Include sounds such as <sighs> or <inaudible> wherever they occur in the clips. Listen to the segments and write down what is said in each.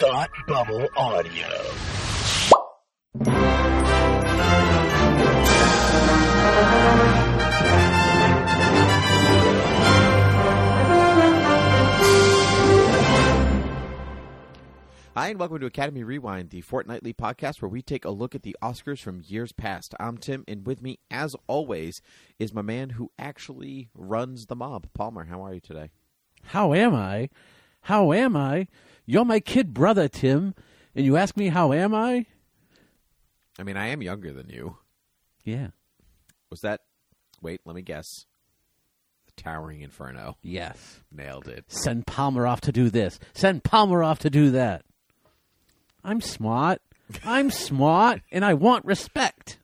Thought Bubble Audio. Hi, and welcome to Academy Rewind, the fortnightly podcast where we take a look at the Oscars from years past. I'm Tim, and with me, as always, is my man who actually runs the mob, Palmer. How are you today? How am I? How am I? You're my kid brother, Tim, and you ask me how am I? I mean, I am younger than you. Yeah. Was that. Wait, let me guess. The Towering Inferno. Yes. Nailed it. Send Palmer off to do this. Send Palmer off to do that. I'm smart. <laughs> I'm smart, and I want respect.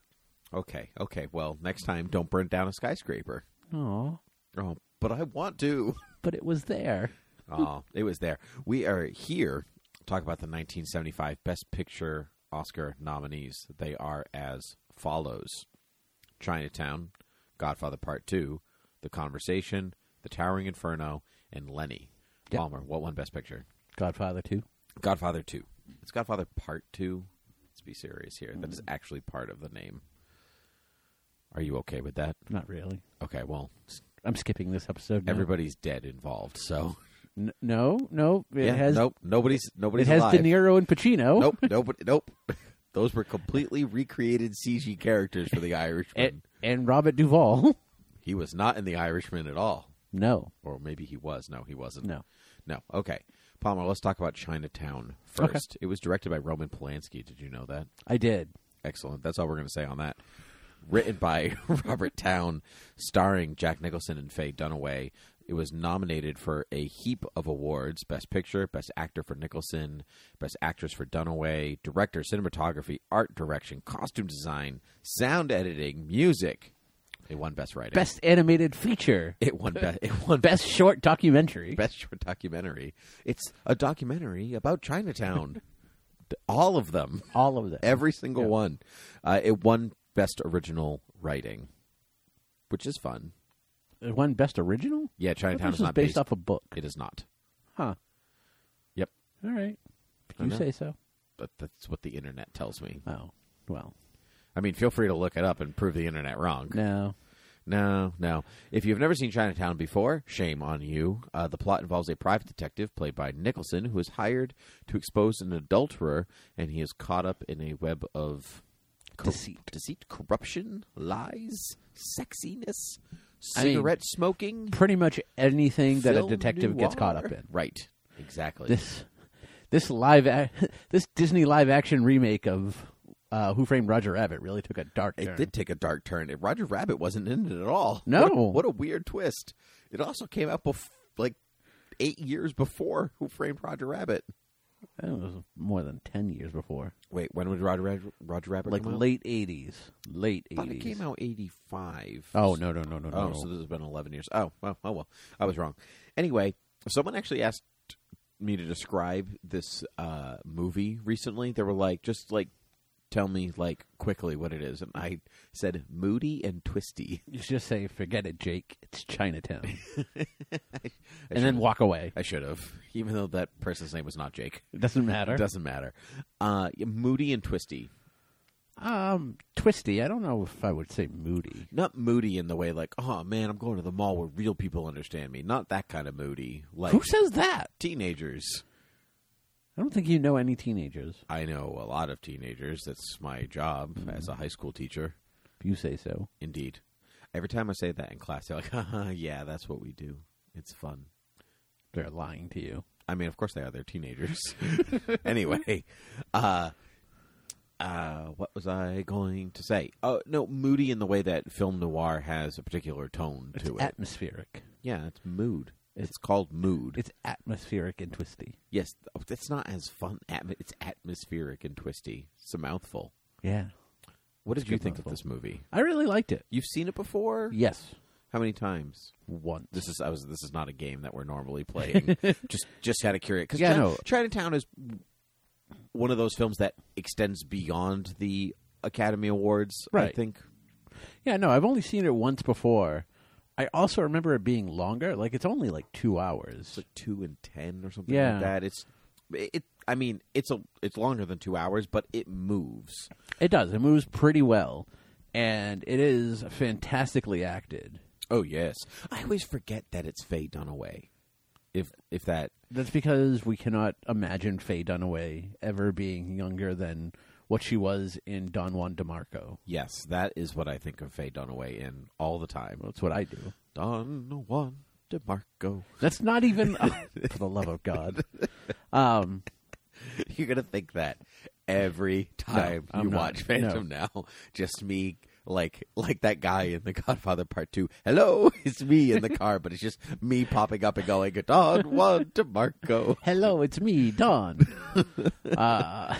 Okay, okay. Well, next time, don't burn down a skyscraper. Oh, Oh, but I want to. <laughs> but it was there. Oh, it was there. We are here to talk about the 1975 Best Picture Oscar nominees. They are as follows Chinatown, Godfather Part 2, The Conversation, The Towering Inferno, and Lenny. Yep. Palmer, what won Best Picture? Godfather 2. Godfather 2. It's Godfather Part 2. Let's be serious here. That is actually part of the name. Are you okay with that? Not really. Okay, well, s- I'm skipping this episode. Now. everybody's dead involved, so. N- no, no. It yeah, has nope, nobody's nobody's it has alive. De Niro and Pacino. <laughs> nope, nope, nope. <laughs> Those were completely recreated CG characters for the Irishman. And, and Robert Duvall. <laughs> he was not in the Irishman at all, no. or maybe he was. No, he wasn't. No. no. Okay, Palmer. Let's talk about Chinatown first. It was directed by Roman Polanski. Did you know that? I did. Excellent. That's all we're going to say on that. Written by <laughs> Robert Town, starring Jack Nicholson and Faye Dunaway. It was nominated for a heap of awards Best Picture, Best Actor for Nicholson, Best Actress for Dunaway, Director, Cinematography, Art Direction, Costume Design, Sound Editing, Music. It won Best Writing. Best animated feature. It won, be- <laughs> <laughs> it won Best short documentary. Best Short Documentary. It's a documentary about Chinatown. all of them. All of them. Every single one. Uh, it won Best Original Writing, which is fun. It won Best Original? Yeah, I thought Chinatown this is was not based, based, off a book. It is not. Huh. Yep, All right. I You know. say so. but that's what the internet tells me. Oh, <laughs> well. I mean, feel free to look it up and prove the internet wrong. No. No, no. If you've never seen Chinatown before, shame on you. Uh, the plot involves a private detective played by Nicholson who is hired to expose an adulterer, and he is caught up in a web of cor- Deceit. deceit, corruption, lies, sexiness, I mean, cigarette smoking. Pretty much anything that a film detective gets noir. caught up in. Right. Exactly. This this live ac- <laughs> this Disney live action remake of uh, Who Framed Roger Rabbit really took a dark it turn. did take a dark turn. It- Roger Rabbit wasn't in it at all. No. What a, what a weird twist. It also came out bef- like eight years before Who Framed Roger Rabbit. I think It was more than 10 years before. Wait, when would Roger, Rad- Roger Rabbit Like come out? late 80s. Late 80s. I thought it came out 85. Oh, no, no, no, no, Oh, no. so this has been 11 years. Oh, well, oh, well. I was wrong. Anyway, someone actually asked me to describe this uh, movie recently. They were like, just like, tell me, like, quickly what it is. And I said, moody and twisty. <laughs> You should just say, forget it, Jake. It's Chinatown. and should've- then walk away. I should have, even though that person's name was not Jake. It doesn't matter. It doesn't matter. Uh, moody and twisty. Um, twisty. I don't know if I would say moody. not moody in the way like, oh man, I'm going to the mall where real people understand me. Not that kind of moody. Like Who says that? teenagers. I don't think you know any teenagers. I know a lot of teenagers. That's my job as a high school teacher. If you say so. Indeed. Every time I say that in class, they're like, <laughs> Haha, yeah, that's what we do. It's fun. They're lying to you. I mean, of course they are. They're teenagers. <laughs> anyway, uh, uh, what was I going to say? Oh no, moody in the way that film noir has a particular tone to it. Atmospheric. yeah, it's mood. It's called mood. It's atmospheric and twisty. Yes, th- oh, that's not as fun. Atm- it's atmospheric and twisty. It's a mouthful. Yeah. What did It's a you good think mouthful. of this movie? I really liked it. You've seen it before. Yes. How many times? Once. This is I was. This is not a game that we're <laughs> normally playing. just just had a curious because Yeah, no. Chinatown is one of those films that extends beyond the Academy Awards. I Right. think. yeah, no, I've only seen it once before. I also remember it being longer. Like, it's only like two hours. It's like two and ten or something Yeah. like that. It's It, I mean, it's a it's longer than two hours, but it moves. It does. It moves pretty well, and it is fantastically acted. Oh yes, I always forget that it's Faye Dunaway. If if that That's because we cannot imagine Faye Dunaway ever being younger than what she was in Don Juan DeMarco. yes, that is what I think of Faye Dunaway in all the time. That's what I do. Don Juan DeMarco. That's not even ah, for the love of God. Um, <laughs> You're gonna think that every time I'm you not. watch Phantom now. Just me, like like that guy in The Godfather Part Two. Hello, <laughs> it's me in the car, but it's just me popping up and going Don Juan DeMarco. hello, it's <laughs> me, Don. uh,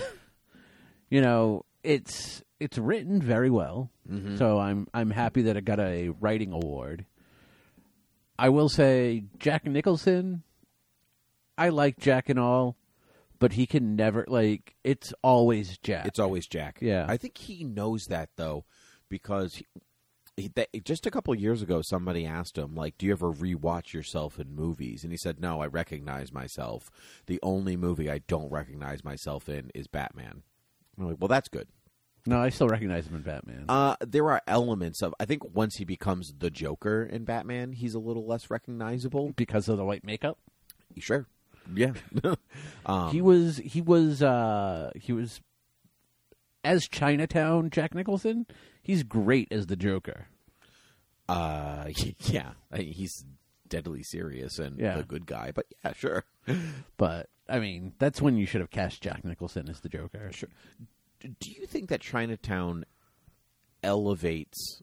you know, it's it's written very well, Mm-hmm. so I'm I'm happy that it got a writing award. I will say, Jack Nicholson. I like Jack and all, but he can never like. It's always Jack. It's always Jack. Yeah. I think he knows that though, because he, he, that, just a couple of years ago, somebody asked him, like, "Do you ever rewatch yourself in movies?" And he said, "No, I recognize myself. The only movie I don't recognize myself in is Batman." And I'm like, "Well, that's good." no, I still recognize him in Batman. Uh, there are elements of. I think once he becomes the Joker in Batman, he's a little less recognizable. because of the white makeup. Sure. Yeah. <laughs> um, he was he was uh he was as Chinatown Jack Nicholson. He's great as the Joker. Uh, <laughs> yeah, I mean, he's deadly serious and Yeah. the good guy. But yeah, sure. But I mean, that's when you should have cast Jack Nicholson as the Joker. Sure. D- Do you think that Chinatown elevates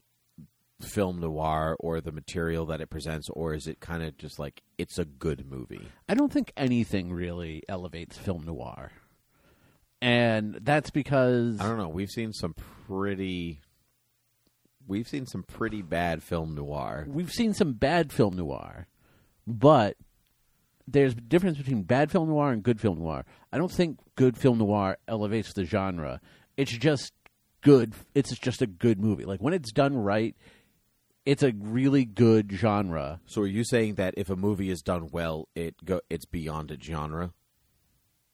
film noir or the material that it presents, or is it kind of just like it's a good movie? I don't think anything really elevates film noir, and that's because I don't know. We've seen some pretty, we've seen some pretty bad film noir. we've seen some bad film noir, but there's a difference between bad film noir and good film noir. I don't think good film noir elevates the genre. It's just good. It's just a good movie. Like when it's done right, it's a really good genre. So, are you saying that if a movie is done well, it go it's beyond a genre?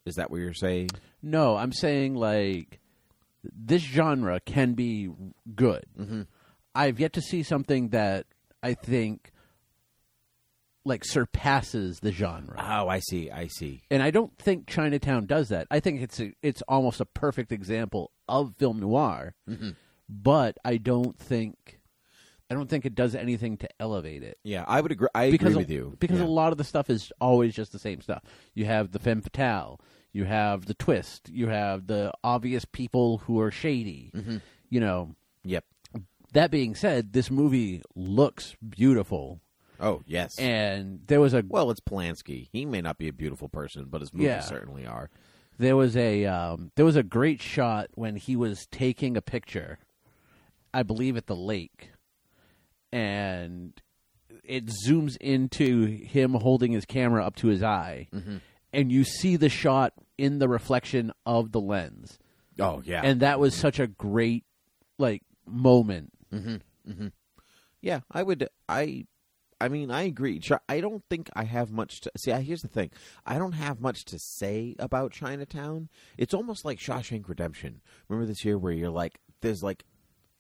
Is that what you're saying? No, I'm saying like this genre can be good. I've yet to see something that I think like surpasses the genre. Oh, I see. I see. and I don't think Chinatown does that. I think it's a, it's almost a perfect example of film noir, but I don't think I don't think it does anything to elevate it Yeah, I would agree. I because agree a- with you because Yeah. a lot of the stuff is always just the same stuff. You have the femme fatale, you have the twist, you have the obvious people who are shady. Mm-hmm. You know. Yep. That being said, this movie looks beautiful, Oh yes. and there was a well, it's Polanski. He may not be a beautiful person, but his movies Yeah. certainly are. there was a um, there was a great shot when he was taking a picture, I believe at the lake, and it zooms into him holding his camera up to his eye, and you see the shot in the reflection of the lens, Oh yeah. and that was such a great like moment. Yeah, I would. I, I mean, I agree. Chi- I don't think I have much to see. I- Here's the thing: I don't have much to say about Chinatown. It's almost like Shawshank Redemption. Remember this year where you're like, there's like,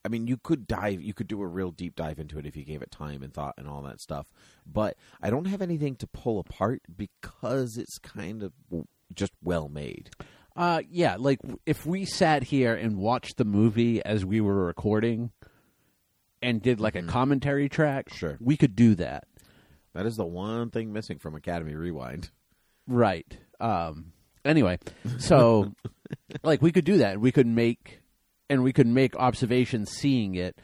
I mean, you could dive, you could do a real deep dive into it if you gave it time and thought and all that stuff. But I don't have anything to pull apart because it's kind of w- just well made. Uh, yeah, like w- if we sat here and watched the movie as we were recording, and did like a commentary track, Sure. we could do that. That is the one thing missing from Academy Rewind. Right. Um anyway, <laughs> so like we could do that. We could make and we could make observations seeing it,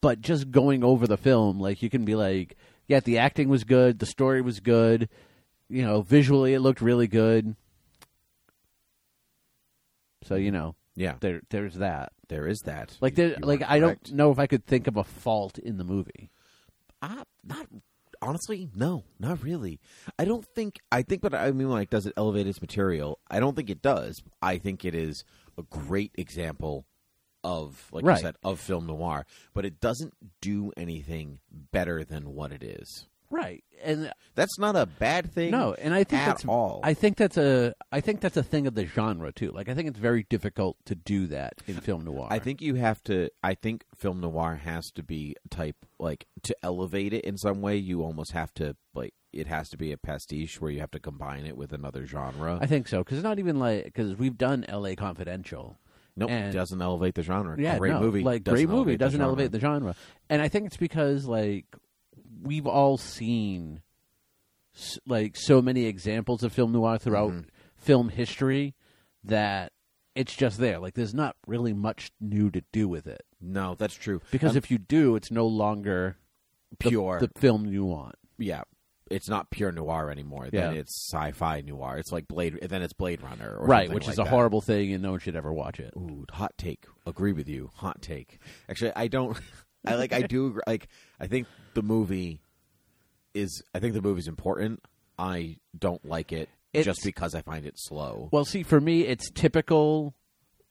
but just going over the film, like you can be like, yeah, the acting was good, the story was good, you know, visually it looked really good. So, you know, Yeah, there there's that. there is that. Like You- there you like are I don't correct. know if I could think of a fault in the movie. Uh, not honestly, no, not really. I don't think. I think, but I mean, like, does it elevate its material? I don't think it does. I think it is a great example of, like Right. you said, of film noir, but it doesn't do anything better than what it is. right, and That's not a bad thing. no, and I think at that's all. I think that's a I think that's a thing of the genre too. Like I think it's very difficult to do that in film noir. I think you have to. I think film noir has to be type like to elevate it in some way. You almost have to like it has to be a pastiche where you have to combine it with another genre. I think so because it's not even like because we've done L.A. Confidential. nope, and- doesn't elevate the genre. Yeah, great no, movie, Like doesn't great movie elevate doesn't the elevate the genre, and I think it's because like we've all seen s- like so many examples of film noir throughout Mm-hmm. film history that it's just there. Like there's not really much new to do with it No, that's true. because Um, if you do, it's no longer the- Pure. the, film you want. yeah, it's not pure noir anymore. Then Yeah. it's sci-fi noir. It's like Blade. Then it's Blade Runner, or Right, something which like is a that. horrible thing, and no one should ever watch it. Ooh, hot take. Agree with you. Hot take. Actually, I don't. <laughs> I like. I do. agree- Like. I think the movie is. I think the movie's important. I don't like it just It's- because I find it slow. Well, see, for me, it's typical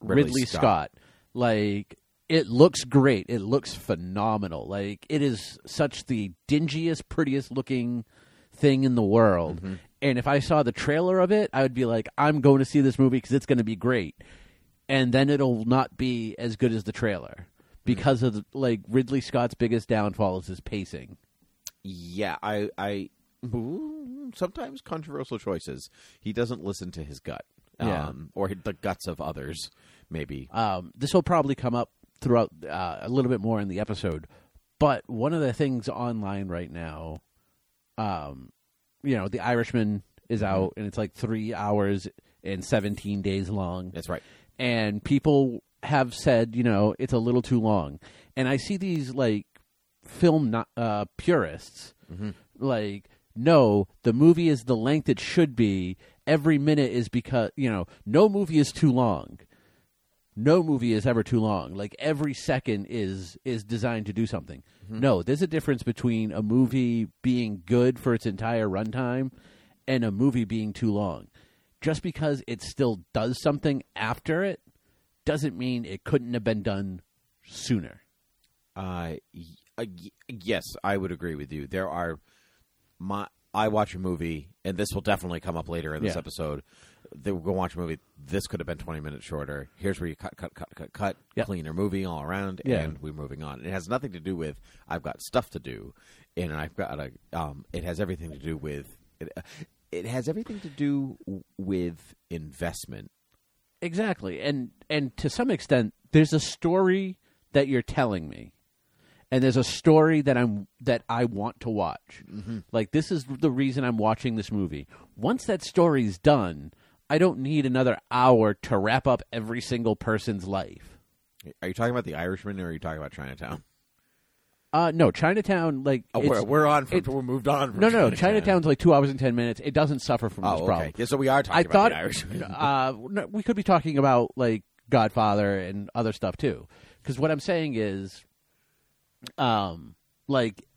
Ridley Ridley, Scott. Scott. Like, it looks great. It looks phenomenal. Like, it is such the dingiest, prettiest looking thing in the world. And if I saw the trailer of it, I would be like, I'm going to see this movie because it's going to be great. And then it'll not be as good as the trailer because of, the, like, Ridley Scott's biggest downfall is his pacing. yeah, I. I ooh, sometimes controversial choices. He doesn't listen to his gut. Yeah. Um, or the guts of others, maybe. Um, this will probably come up throughout uh, a little bit more in the episode. But one of the things online right now, um, you know, The Irishman is out and it's like three hours and 17 days long. That's right. And people have said, you know, it's a little too long. And I see these like film no- uh, purists like, no, the movie is the length it should be. Every minute is because, you know, no movie is too long no movie is ever too long. Like every second is is designed to do something. No, there's a difference between a movie being good for its entire runtime and a movie being too long. Just because it still does something after it doesn't mean it couldn't have been done sooner. Uh, y- uh, y- yes, I would agree with you. There are my I watch a movie, and this will definitely come up later in this Yeah. episode. They will go watch a movie. This could have been twenty minutes shorter. Here's where you cut, cut, cut, cut, cut. Yep. Cleaner movie all around, Yeah. and we're moving on. It has nothing to do with I've got stuff to do, and I've got a. Um, it has everything to do with. It, uh, it has everything to do with investment. Exactly. And and to some extent there's a story that you're telling me. And there's a story that I'm that I want to watch. Mm-hmm. Like this is the reason I'm watching this movie. Once that story's done, I don't need another hour to wrap up every single person's life. Are you talking about The Irishman, or are you talking about Chinatown? Uh no, Chinatown like Oh, it's- we're, we're on. From, it- we're moved on. From No, no, Chinatown's like 2 hours and 10 minutes. It doesn't suffer from Oh, this okay. problem. Yeah, so we are talking I about thought the <laughs> Irishman. <laughs> uh, no, we could be talking about like Godfather and other stuff too. Because what I'm saying is, um, like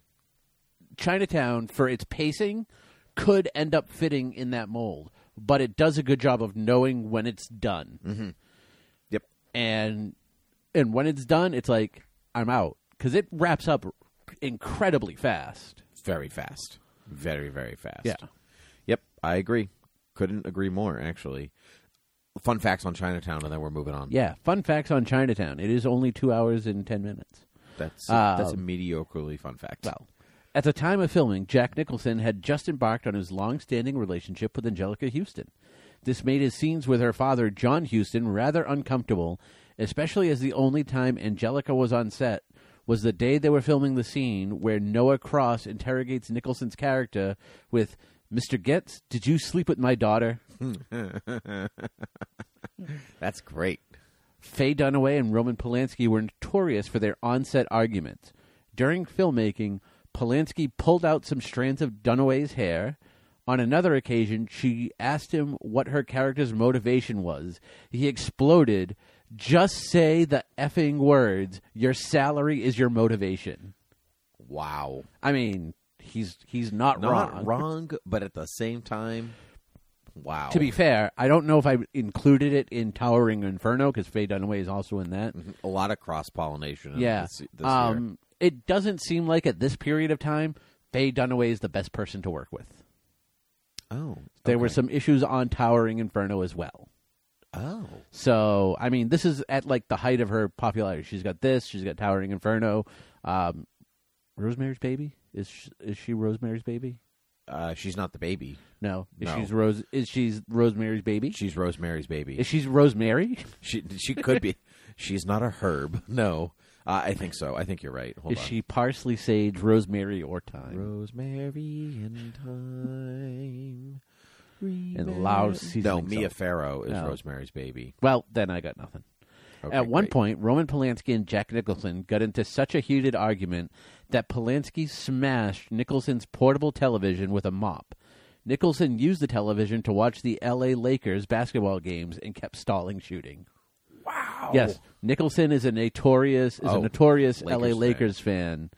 Chinatown for its pacing could end up fitting in that mold, but it does a good job of knowing when it's done Mm-hmm. Yep. and and when it's done, it's like I'm out because it wraps up incredibly fast. Very fast. Very, very fast. Yeah. Yep. I agree. Couldn't agree more, actually. Fun facts on Chinatown, and then we're moving on. Yeah. Fun facts on Chinatown: it is only two hours and ten minutes. That's a, that's a mediocrely fun fact. Well, at the time of filming, Jack Nicholson had just embarked on his long-standing relationship with Angelica Houston. This made his scenes with her father, John Houston, rather uncomfortable, especially as the only time Angelica was on set was the day they were filming the scene where Noah Cross interrogates Nicholson's character with, "Mr. Getz, did you sleep with my daughter?" that's great. Faye Dunaway and Roman Polanski were notorious for their on-set arguments. During filmmaking, Polanski pulled out some strands of Dunaway's hair. On another occasion, she asked him what her character's motivation was. He exploded, "Just say the effing words. Your salary is your motivation." Wow. I mean, he's he's not, Not wrong. wrong, but at the same time, wow. To be fair, I don't know if I included it in Towering Inferno because Faye Dunaway is also in that. a lot of cross pollination. Yeah. Um, This, this year. um, It doesn't seem like at this period of time Faye Dunaway is the best person to work with. Oh, There were okay. some issues on Towering Inferno as well. Oh, So I mean, this is at like the height of her popularity. She's got this. She's got Towering Inferno. Um, Rosemary's Baby is sh- is she Rosemary's Baby? uh, she's not the baby. No, is No. she's Rose? Is she's Rosemary's Baby? She's Rosemary's is baby. she's Rosemary? She she could <laughs> be. She's not a herb. No, uh, I think so. I think you're right. Hold is on. she parsley, sage, rosemary, or thyme? Rosemary and time. and loud seasoning. No, Mia salt. Farrow is No. Rosemary's baby. Well, then I got nothing. Okay, At one great. point, Roman Polanski and Jack Nicholson got into such a heated argument that Polanski smashed Nicholson's portable television with a mop. Nicholson used the television to watch the LA Lakers basketball games and kept stalling shooting. Wow. Yes, Nicholson is a notorious is a Oh, notorious Lakers LA fan. Lakers fan.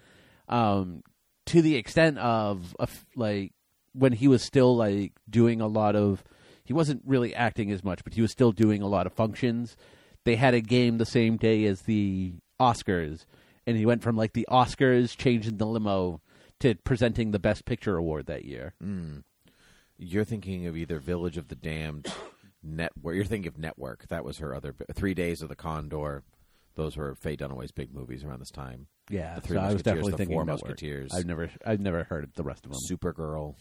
Um to the extent of a f- like when he was still like doing a lot of he wasn't really acting as much, but he was still doing a lot of functions. They had a game the same day as the Oscars, and he went from like the Oscars changing the limo to presenting the Best Picture award that year. you're thinking of either Village of the Damned, <coughs> Network. You're thinking of Network. That was her other bi- Three Days of the Condor. Those were Faye Dunaway's big movies around this time. Yeah, the Three so I was Musketeers, definitely the thinking Four Network. Musketeers, I've never, I've never heard of the rest of Um, them. Supergirl.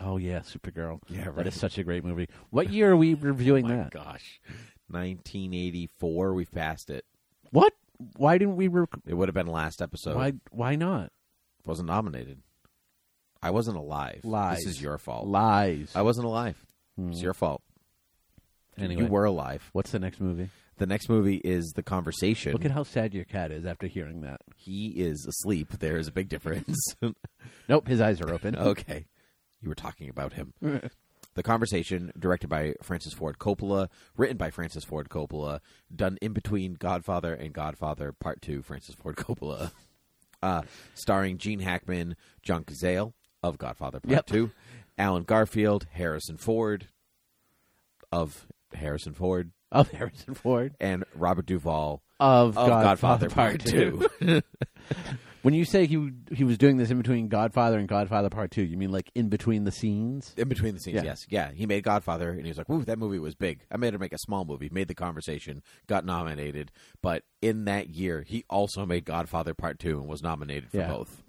oh yeah, Supergirl. Yeah, that right. is such a great movie. <laughs> What year are we reviewing that? Gosh, 1984. We've passed it. What? Why didn't we? Rec- It would have been last episode. why? Why not? wasn't nominated. I wasn't alive. Lies. This is your fault. Lies. I wasn't alive. It's your fault. Anyway. You were alive. What's the next movie? The next movie is The Conversation. Look at how sad your cat is after hearing that. he is asleep. There is a big difference. <laughs> Nope, his eyes are <laughs> open. okay. You were talking about him. the Conversation, directed by Francis Ford Coppola, written by Francis Ford Coppola, done in between Godfather and Godfather Part 2, Francis Ford <laughs> Coppola. Uh, starring Gene Hackman, John Cazale of Godfather Part Yep. 2, Alan Garfield, Harrison Ford of Harrison Ford, <laughs> Of Harrison Ford. and Robert Duvall Of, of Godfather, Part 2. When you say he he was doing this in between Godfather and Godfather Part Two, you mean like in between the scenes? In between the scenes, Yeah. yes, yeah. He made Godfather, and he was like, "Woo, that movie was big." I made her make a small movie, made the conversation, got nominated, but in that year, he also made Godfather Part Two and was nominated for Yeah. both.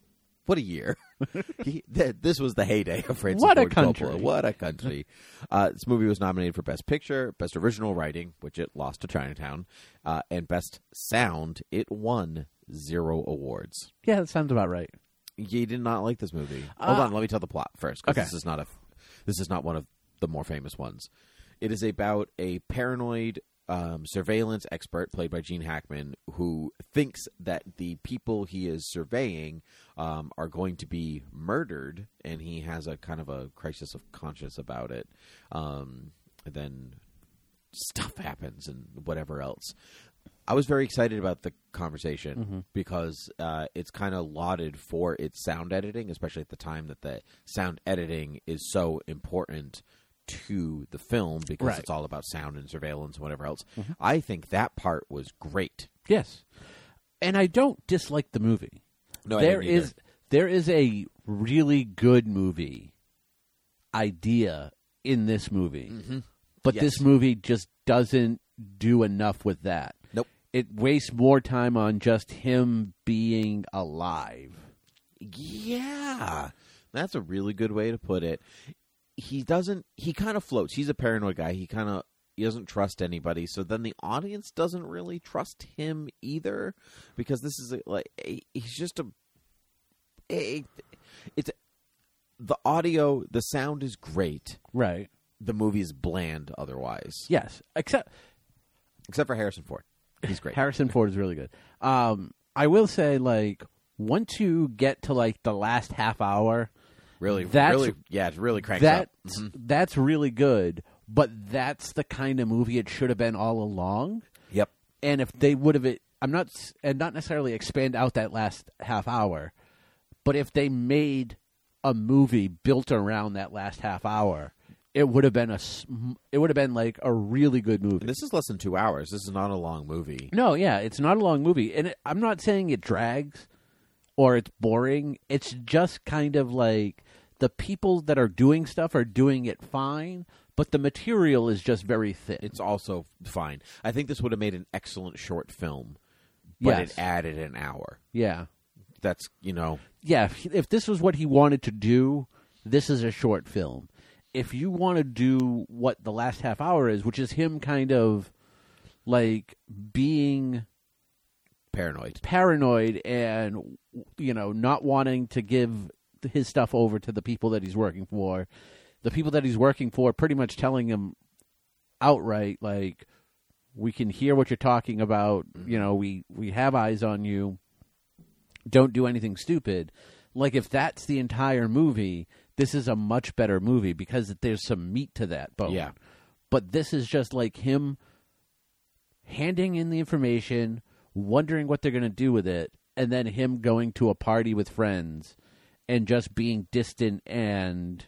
What a year! <laughs> he, th- this was the heyday of Francis What a Ford Coppola. country. What a country! uh, this movie was nominated for Best Picture, Best Original Writing, which it lost to Chinatown, uh, and Best Sound. It won zero awards. Yeah, that sounds about right. You did not like this movie. Hold on, let me tell the plot first. 'cause okay. this is not a, this is not one of the more famous ones. It is about a paranoid um, surveillance expert played by Gene Hackman who thinks that the people he is surveying um, are going to be murdered, and he has a kind of a crisis of conscience about it. Um, and then stuff happens and whatever else. I was very excited about the conversation Mm-hmm. because uh, it's kind of lauded for its sound editing, especially at the time that the sound editing is so important to the film because Right. Mm-hmm. it's all about sound and surveillance and whatever else. I think that part was great. Yes, and I don't dislike the movie. No, I there didn't either. is there is a really good movie idea in this movie, but Mm-hmm. Yes. this movie just doesn't do enough with that. Nope. It wastes more time on just him being alive. Yeah. That's a really good way to put it. He doesn't he kind of floats. He's a paranoid guy. He kind of he doesn't trust anybody. So then the audience doesn't really trust him either because this is a, like a- he's just a a- it's the audio, the sound is great. Right. The movie is bland otherwise. Yes. Except Except for Harrison Ford. He's great. Harrison Ford is really good. Um, I will say, like, once you get to like the last half hour, really that's- really yeah, it really cranks that up. that's really good. But that's the kind of movie it should have been all along. Yep. And if they would have, it, I'm not, s- and not necessarily expand out that last half hour, but if they made a movie built around that last half hour, it would have been a, sm- it would have been like a really good movie. And this is less than 2 hours. This is not a long movie. No, yeah, it's not a long movie, and it, I'm not saying it drags or it's boring. It's just kind of like the people that are doing stuff are doing it fine, but the material is just very thin. It's also fine. I think this would have made an excellent short film, but Yes. it added an hour. yeah. That's you know yeah, if, if this was what he wanted to do, this is a short film. If you want to do what the last half hour is, which is him kind of like being paranoid. paranoid and you know not wanting to give his stuff over to the people that he's working for, the people that he's working for pretty much telling him outright like we can hear what you're talking about, you know, we we have eyes on you don't do anything stupid. Like if that's the entire movie, this is a much better movie because there's some meat to that bone. Yeah. But this is just like him handing in the information, wondering what they're going to do with it, and then him going to a party with friends and just being distant and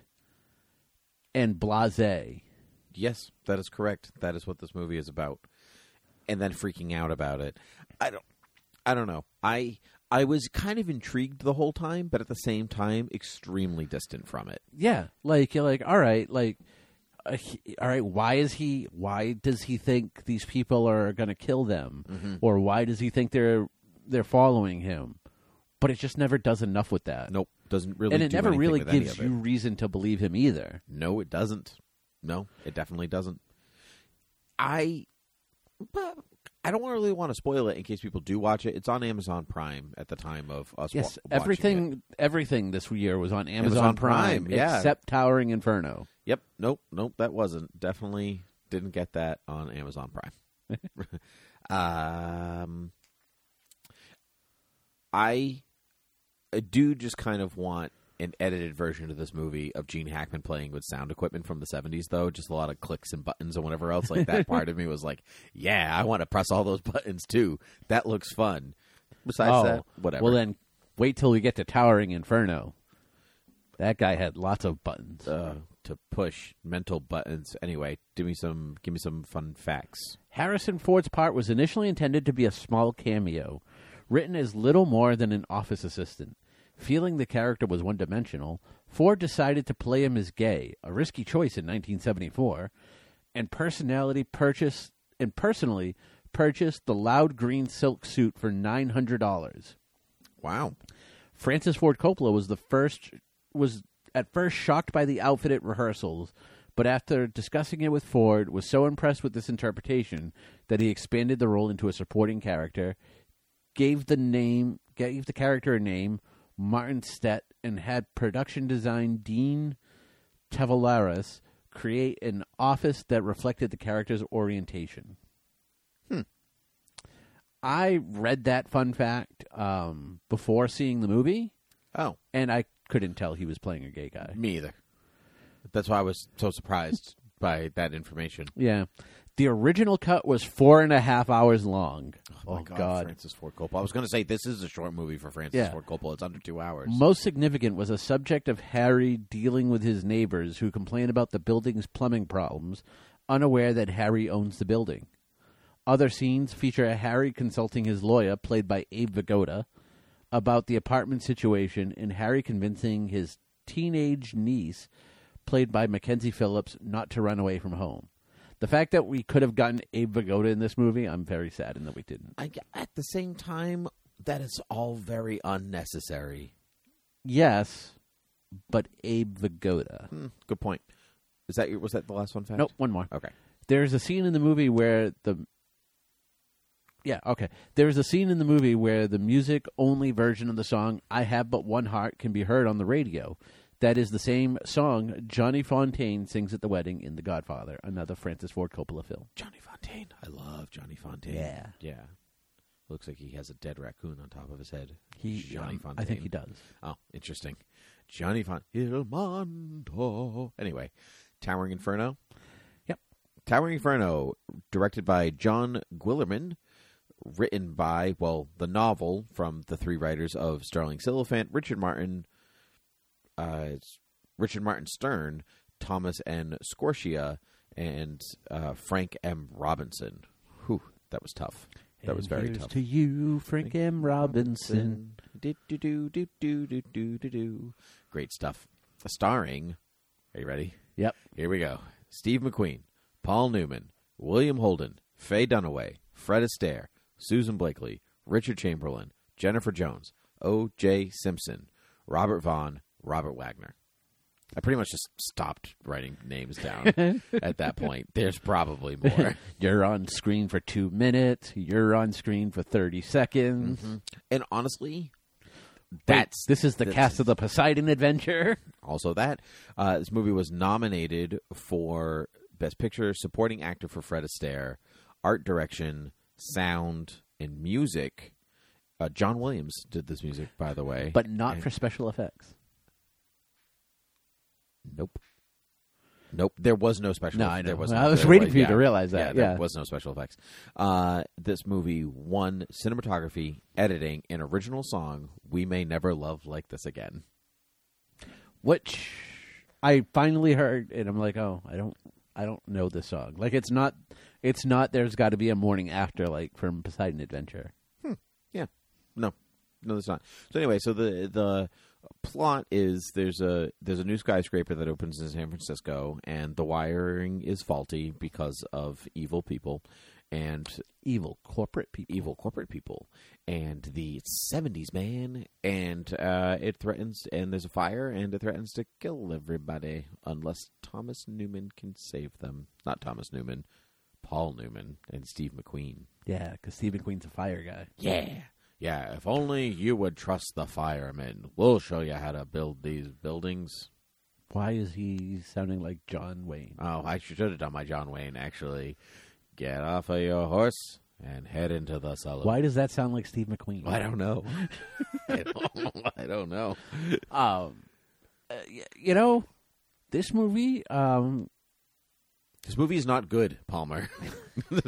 and blasé. Yes, that is correct. That is what this movie is about. And then freaking out about it. I don't I don't know. I I was kind of intrigued the whole time, but at the same time extremely distant from it. Yeah, like you're like, all right, like, uh, he, all right, why is he? Why does he think these people are going to kill them, Mm-hmm. or why does he think they're they're following him? But it just never does enough with that, Nope, doesn't really and it do never anything really with any gives of it. you reason to believe him either. No, it doesn't. No, it definitely doesn't. I, but I don't really want to spoil it in case people do watch it. It's on Amazon Prime at the time of us. wa- Yes, watching it. everything everything this year was on Amazon, Amazon Prime, yeah. except Towering Inferno. Yep. Nope. Nope. That wasn't. Definitely didn't get that on Amazon Prime. <laughs> um, I, I do just kind of want an edited version of this movie of Gene Hackman playing with sound equipment from the 70s, though. Just a lot of clicks and buttons and whatever else. Like that part of me was like, yeah, I want to press all those <laughs> buttons too. That looks fun. Besides that, whatever. Oh, Well, then wait till we get to Towering Inferno. That guy had lots of buttons. uh, to push mental buttons. Anyway, do me some, give me some fun facts. Harrison Ford's part was initially intended to be a small cameo, written as little more than an office assistant. Feeling the character was one dimensional, Ford decided to play him as gay, a risky choice in 1974, and personality purchased and personally purchased the loud green silk suit for $900. Wow. Francis Ford Coppola was the first was at first shocked by the outfit at rehearsals, but after discussing it with Ford, was so impressed with this interpretation that he expanded the role into a supporting character, gave the name gave the character a name, Martin Stett, and had production design Dean Tavalaris create an office that reflected the character's orientation. Hmm. I read that fun fact um, before seeing the movie, Oh, and I couldn't tell he was playing a gay guy. me either. That's why I was so <laughs> surprised by that information. Yeah. The original cut was four and a half hours long. Oh, My Francis Ford Coppola. I was going to say this is a short movie for Francis Yeah. Ford Coppola. It's under two hours. Most significant was a subject of Harry dealing with his neighbors who complain about the building's plumbing problems, unaware that Harry owns the building. Other scenes feature Harry consulting his lawyer, played by Abe Vigoda, about the apartment situation, and Harry convincing his teenage niece, played by Mackenzie Phillips, not to run away from home. The fact that we could have gotten Abe Vigoda in this movie, I'm very saddened that we didn't. I, at the same time, that is all very unnecessary. Yes, but Abe Vigoda. Hmm, good point. Is that your, was that the last one? Fact? Nope, one more. Okay. there's a scene in the movie where the yeah okay there's a scene in the movie where the music only version of the song i have but one heart can be heard on the radio that is the same song johnny fontaine sings at the wedding in the godfather another francis ford coppola film Johnny Fontaine. I love Johnny Fontaine. Yeah. Yeah. Looks like he has a dead raccoon on top of his head. he Johnny um, Fontaine. i think he does Oh, interesting. Johnny Font. Ilmondo. Anyway, Towering Inferno. Yep. Towering Inferno, directed by John Guillermin, written by, well, the novel from the three writers of Starling Siliphant, Richard Martin, uh, it's Richard Martin Stern, Thomas N. Scorsia, and uh, Frank M. Robinson. Whew, that was tough. That was And very here's tough. To you, Frank M. Robinson. Do, do, do, do, do, do, do, do, do. Great stuff. Starring, are you ready? Yep. Here we go. Steve McQueen, Paul Newman, William Holden, Faye Dunaway, Fred Astaire, Susan Blakely, Richard Chamberlain, Jennifer Jones, O.J. Simpson, Robert Vaughn, Robert Wagner. I pretty much just stopped writing names down at that point. There's probably more. You're on screen for two minutes. You're on screen for thirty seconds. And honestly, Wait, Mm-hmm. that's this is the cast of the Poseidon Adventure. <laughs> also that uh, this movie was nominated for best picture supporting actor for fred astaire art direction sound and music uh, john williams did this music by the way but not for special effects. nope Nope, there was no special. No, I know. There was <laughs> I no- was there waiting for you to realize that, there yeah. was no special effects. Uh, this movie won cinematography, editing, and original song. We may never love like this again. Which I finally heard, and I'm like, oh, I don't, I don't know this song. Like, it's not, it's not. There's got to be a morning after, like from Poseidon Adventure. Yeah. No. No, there's not. So anyway, so the the plot is there's a there's a new skyscraper that opens in San Francisco and the wiring is faulty because of evil people and Evil corporate people. evil corporate people and the 70s man and uh, it threatens and there's a fire and it threatens to kill everybody unless Thomas Newman can save them. Not Thomas Newman, Paul Newman and Steve McQueen. Yeah, because Stephen Queen's a fire guy. Yeah. Yeah, if only you would trust the firemen. We'll show you how to build these buildings. Why is he sounding like John Wayne? Oh, I should have done my John Wayne, actually. Get off of your horse and head into the cellar. Why does that sound like Steve McQueen? I don't <laughs> know. I, don't, I don't know. Um, uh, y- you know, this movie. Um, This movie is not good, Palmer. <laughs>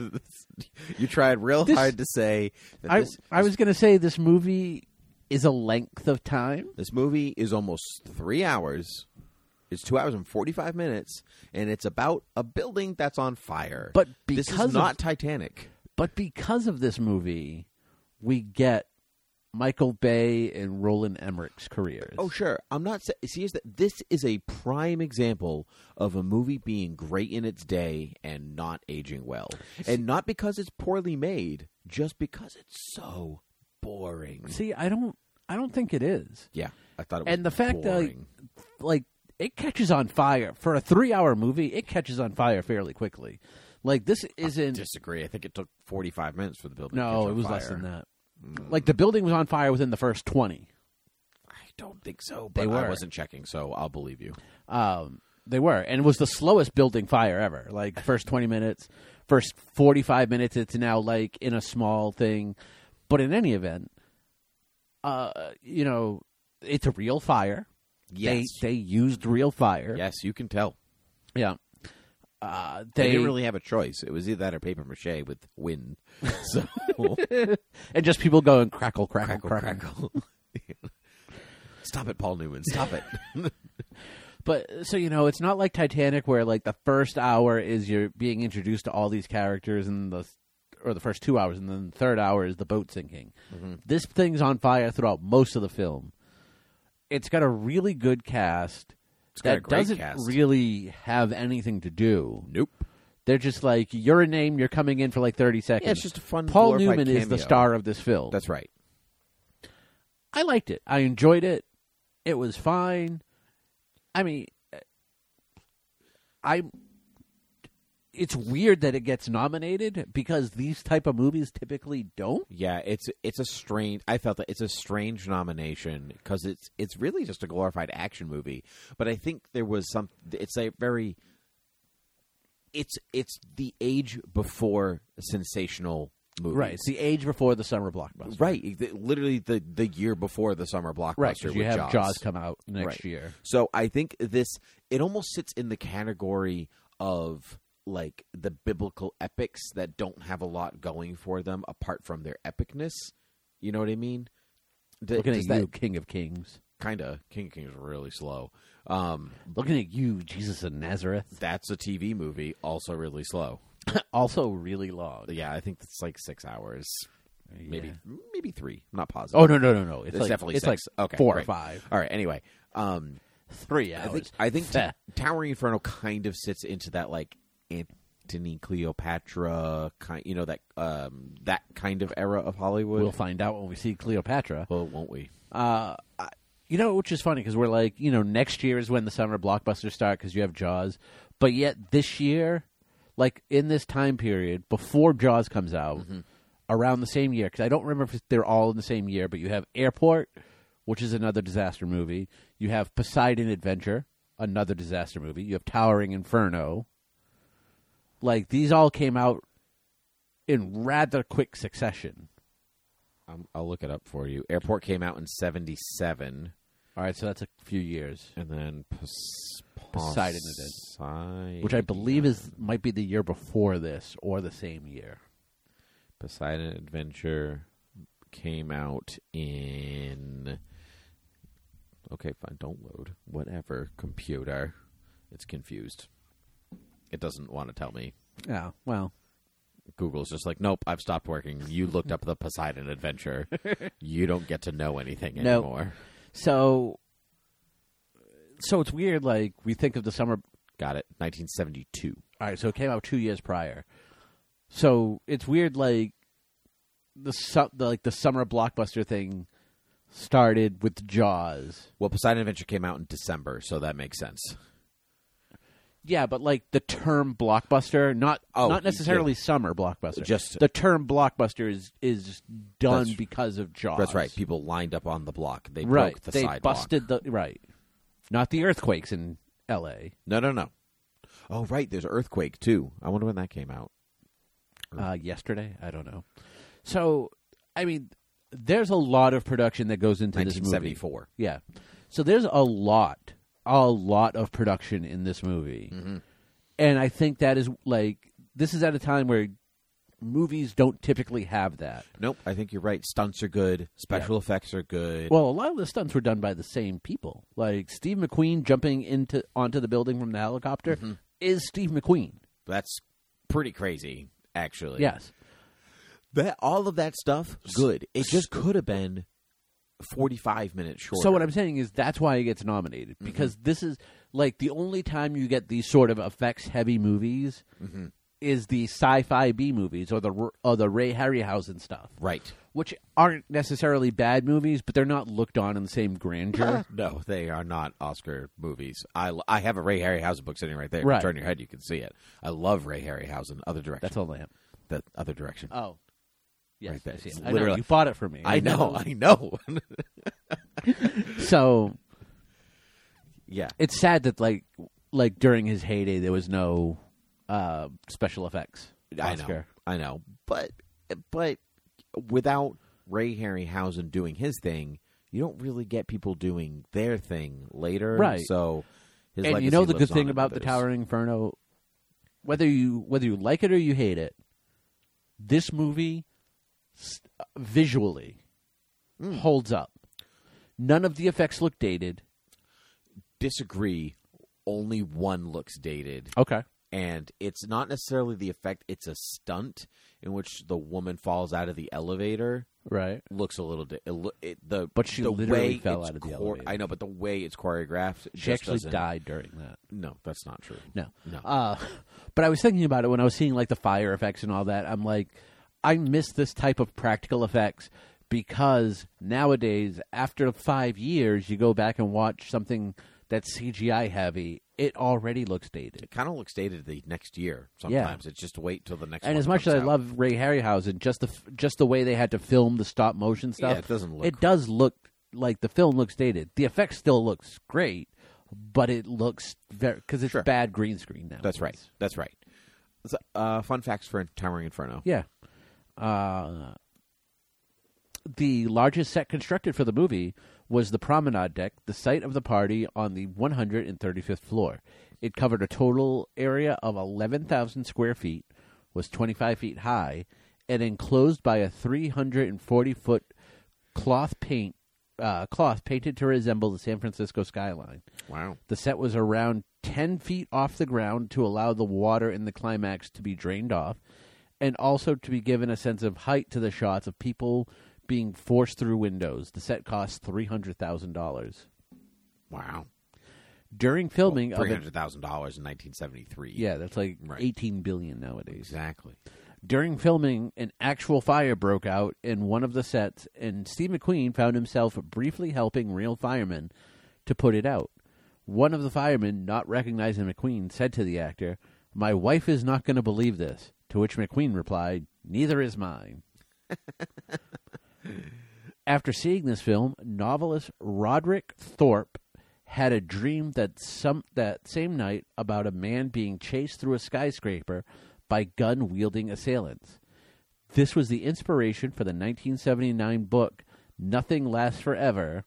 you tried real This- hard to say that I Uh, this, I was gonna say this movie is a length of time. This movie is almost three hours. It's two hours and forty-five minutes, and it's about a building that's on fire. But this because is of- not Titanic. But because of this movie, we get Michael Bay and Roland Emmerich's careers. Oh, sure. I'm not. sa- See, is that this is a prime example of a movie being great in its day and not aging well, and not because it's poorly made, just because it's so boring. see, I don't, I don't think it is. Yeah, I thought it was And the fact that, boring. like, it catches on fire for a three-hour movie. It catches on fire fairly quickly. Like this isn't. disagree. I think it took 45 minutes for the building. to catch no, on it was less fire. than that. Like the building was on fire within the first twenty. I don't think so, but They I were. wasn't checking, so I'll believe you. Um, they were, and it was the slowest building fire ever. Like first twenty minutes, first forty-five minutes, it's now like in a small thing. But in any event, uh, you know, it's a real fire. Yes. they, they used real fire. Yes, you can tell. yeah. Uh, They, they didn't really have a choice. It was either that or paper mache with wind. <laughs> So and just people going crackle, crackle, <laughs> crackle, crackle. crackle. <laughs> Stop it, Paul Newman. Stop <laughs> it. But so you know, it's not like Titanic, where like the first hour is you're being introduced to all these characters, and the or the first two hours, and then the third hour is the boat sinking. Mm-hmm. This thing's on fire throughout most of the film. It's got a really good cast got that a great doesn't cast. really have anything to do. nope. They're just like you're a name, you're coming in for like thirty seconds. just a fun Paul glorified Newman is the cameo. star of this film. That's right. I liked it. I enjoyed it. It was fine. I mean, I. It's weird that it gets nominated because these type of movies typically don't. Yeah, it's it's a strange. I felt that it's a strange nomination because it's it's really just a glorified action movie. But I think there was some. It's a very. It's it's the age before sensational movies. Right. It's the age before the summer blockbuster. Right, the- literally the the year before the summer blockbuster. Right. 'cause you with have Jaws. Jaws. come out next Right. year. So I think this it almost sits in the category of like the biblical epics that don't have a lot going for them apart from their epicness. You know what I mean? D- Looking at does you, that King of Kings. kind of King of Kings is really slow. Um, Looking at you, Jesus of Nazareth. <laughs> that's a TV movie, also really slow. also really long. Yeah, I think it's like six hours, maybe maybe three. I'm not positive. Oh no no no no! It's, it's like, definitely it's six. like okay, four or great. five, All right. Anyway, um, three hours. I think I <laughs> think Feh. T- Towering Inferno kind of sits into that like Antony Cleopatra kind, you know that um that kind of era of Hollywood. we'll find out when we see Cleopatra. well, oh, won't we? Uh, I- you know, which is funny because we're like, you know, next year is when the summer blockbusters start because you have Jaws, but yet this year, like in this time period before Jaws comes out, around the same year, because I don't remember if they're all in the same year, but you have Airport, which is another disaster movie. You have Poseidon Adventure, another disaster movie. You have Towering Inferno. Like these all came out in rather quick succession. Um, I'll look it up for you. Airport came out in '77, All right, so that's a few years. and then Pos- Poseidon it is. Poseidon, which I believe is might be the year before this or the same year. Poseidon Adventure came out in. Okay, fine. Don't load. Whatever, computer. It's confused. It doesn't want to tell me. Yeah. Well, Google's just like, nope, I've stopped working. You looked up the Poseidon <laughs> Adventure. you don't get to know anything No. anymore. so so it's weird. Like we think of the summer. Got it. 1972. All right, so it came out two years prior. So it's weird. Like the, su- the like the summer blockbuster thing started with Jaws. Well, Poseidon Adventure came out in December, so that makes sense. Yeah, but like the term blockbuster, not Oh, not necessarily summer blockbuster. Just- the term blockbuster is is done That's- because of Jaws. That's right. People lined up on the block. They right. broke the they sidewalk. busted the right. Not the earthquakes in L.A. No, no, no. Oh, right. There's Earthquake too. I wonder when that came out. Uh, yesterday, I don't know. So, I mean, there's a lot of production that goes into this movie. 1974. Yeah. So there's a lot, a lot of production in this movie, Mm-hmm. and I think that is like this is at a time where movies don't typically have that. Nope. I think you're right. Stunts are good. Special effects are good. Well, a lot of the stunts were done by the same people. Like Steve McQueen jumping into onto the building from the helicopter Mm-hmm. is Steve McQueen. That's pretty crazy, actually. Yes. That all of that stuff, good. It just could have been 45 minutes short. So what I'm saying is that's why it gets nominated Mm-hmm. because this is like the only time you get these sort of effects heavy movies Mm-hmm. is the sci-fi B movies or the or the Ray Harryhausen stuff, right. which aren't necessarily bad movies, but they're not looked on in the same <laughs> grandeur. <laughs> No, they are not Oscar movies. I, l- I have a Ray Harryhausen book sitting right there. If you Right. turn your head, you can see it. I love Ray Harryhausen. Other direction. that's all I have. the other direction. Oh, yes, Right there. I see it. It's I know, literally- you bought it for me. I know. I know. <laughs> <laughs> So yeah. it's sad that like like during his heyday there was no uh, special effects. I know. Oscar. I know. But but without Ray Harryhausen doing his thing, you don't really get people doing their thing later. Right. So his and you legacy know the lives good on thing in about the others. Towering Inferno, whether you whether you like it or you hate it, this movie s- uh, visually Hmm. holds up. None of the effects look dated. Disagree. Only one looks dated. Okay, And it's not necessarily the effect, it's a stunt in which the woman falls out of the elevator. right. Looks a little di- it, loo- it, the But she the literally way fell it's out of the chor- elevator. I know, but the way it's choreographed, She just actually doesn't- died during that. No, that's not true. No, No. Uh, <laughs> but I was thinking about it when I was seeing like the fire effects and all that. I'm like, I miss this type of practical effects because nowadays, after five years, you go back and watch something that's CGI heavy. It already looks dated. it kind of looks dated the next year. Sometimes it's just wait till the next. And one as much as comes I out. love Ray Harryhausen, just the f- just the way they had to film the stop motion stuff, it doesn't look- It does look like the film looks dated. The effect still looks great, but it looks very because it's Sure. bad green screen now. that's right, that's right. So, uh, fun facts for Towering Inferno. Yeah. Uh, the largest set constructed for the movie was the promenade deck, the site of the party on the 135th floor. It covered a total area of 11,000 square feet, was 25 feet high, and enclosed by a 340 foot cloth paint uh, cloth painted to resemble the San Francisco skyline. Wow. The set was around 10 feet off the ground to allow the water in the climax to be drained off and also to be given a sense of height to the shots of people being forced through windows. The set cost $300,000. Wow. During filming Three of it, hundred thousand dollars in nineteen seventy three. yeah, that's like Right. 18 billion nowadays. Exactly. During filming, an actual fire broke out in one of the sets, and Steve McQueen found himself briefly helping real firemen to put it out. One of the firemen, not recognizing McQueen, said to the actor, My wife is not going to believe this. To which McQueen replied, Neither is mine. After seeing this film, novelist Roderick Thorpe had a dream that some that same night about a man being chased through a skyscraper by gun-wielding assailants. This was the inspiration for the 1979 book Nothing Lasts Forever,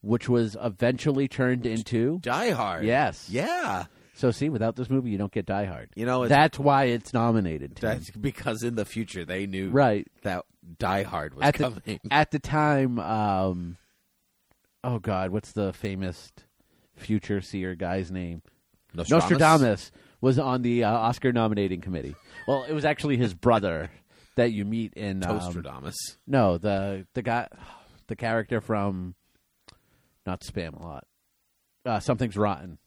which was eventually turned into Die Hard. Yes. Yeah. So see, without this movie you don't get Die Hard. You know, it's- that's why it's nominated. Tim. That's because in the future they knew Right. that Die Hard was at coming. the at the time. Um, oh God, what's the famous future seer guy's name? <laughs> Nostradamus was on the uh, Oscar nominating committee. Well, it was actually his brother that you meet in um, Nostradamus. no the the guy the character from not Spam a lot. Uh, something's rotten.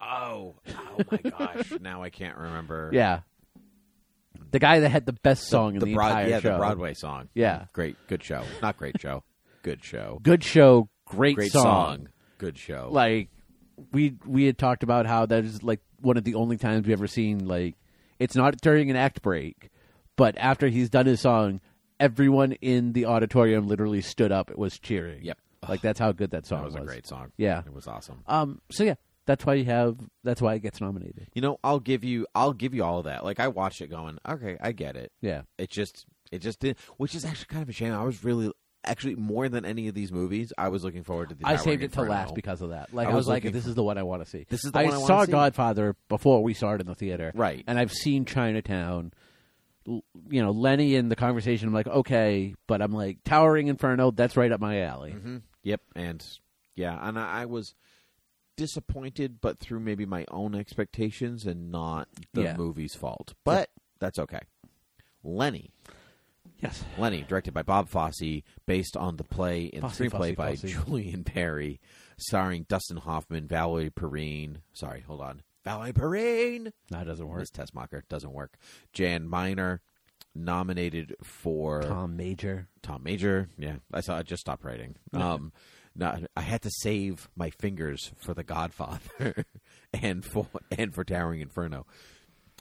oh. Oh my gosh. <laughs> now I can't remember. Yeah, the guy that had the best song in the, Broad- entire yeah, show. the Broadway song. Yeah. Great. Good show. Not great show. Good show. Good show, great, Great song. Good show. like we we had talked about how that is like one of the only times we've ever seen like it's not during an act break, but after he's done his song, everyone in the auditorium literally stood up. It was cheering. Yep. like that's how good that song that was a great song. Yeah. It was awesome. Um. So yeah, that's why you have. That's why it gets nominated. You know, I'll give you I'll give you all of that. Like I watched it going, okay, I get it. Yeah. It just it just did which is actually kind of a shame. I was really actually more than any of these movies, I was looking forward to the I Die Hard saved it to Inferno. last because of that. Like I I, was was like, looking this is the one I want to see. This is the I one I wanna saw see. Godfather before we saw it in the theater, Right. And I've seen Chinatown. L- You know, Lenny in the conversation. I'm like, okay, but I'm like Towering Inferno. That's right up my alley. Mm-hmm. Yep, and yeah, and I, I was disappointed, but through maybe my own expectations and not the Yeah. movie's fault. But that's okay. Lenny, Mm-hmm. Yes, Lenny, directed by Bob Fosse, based on the play and Fosse, screenplay Fosse, by Fosse. Julian Perry, starring Dustin Hoffman, Valerie Perrine. Sorry, hold on, Valerie Perrine. that doesn't work. Miss Tessmacher doesn't work. Jan Miner, nominated for Tom Major. Tom Major. Yeah, I saw. I just stopped writing. Um, no, I had to save my fingers for The Godfather <laughs> and for and for Towering Inferno.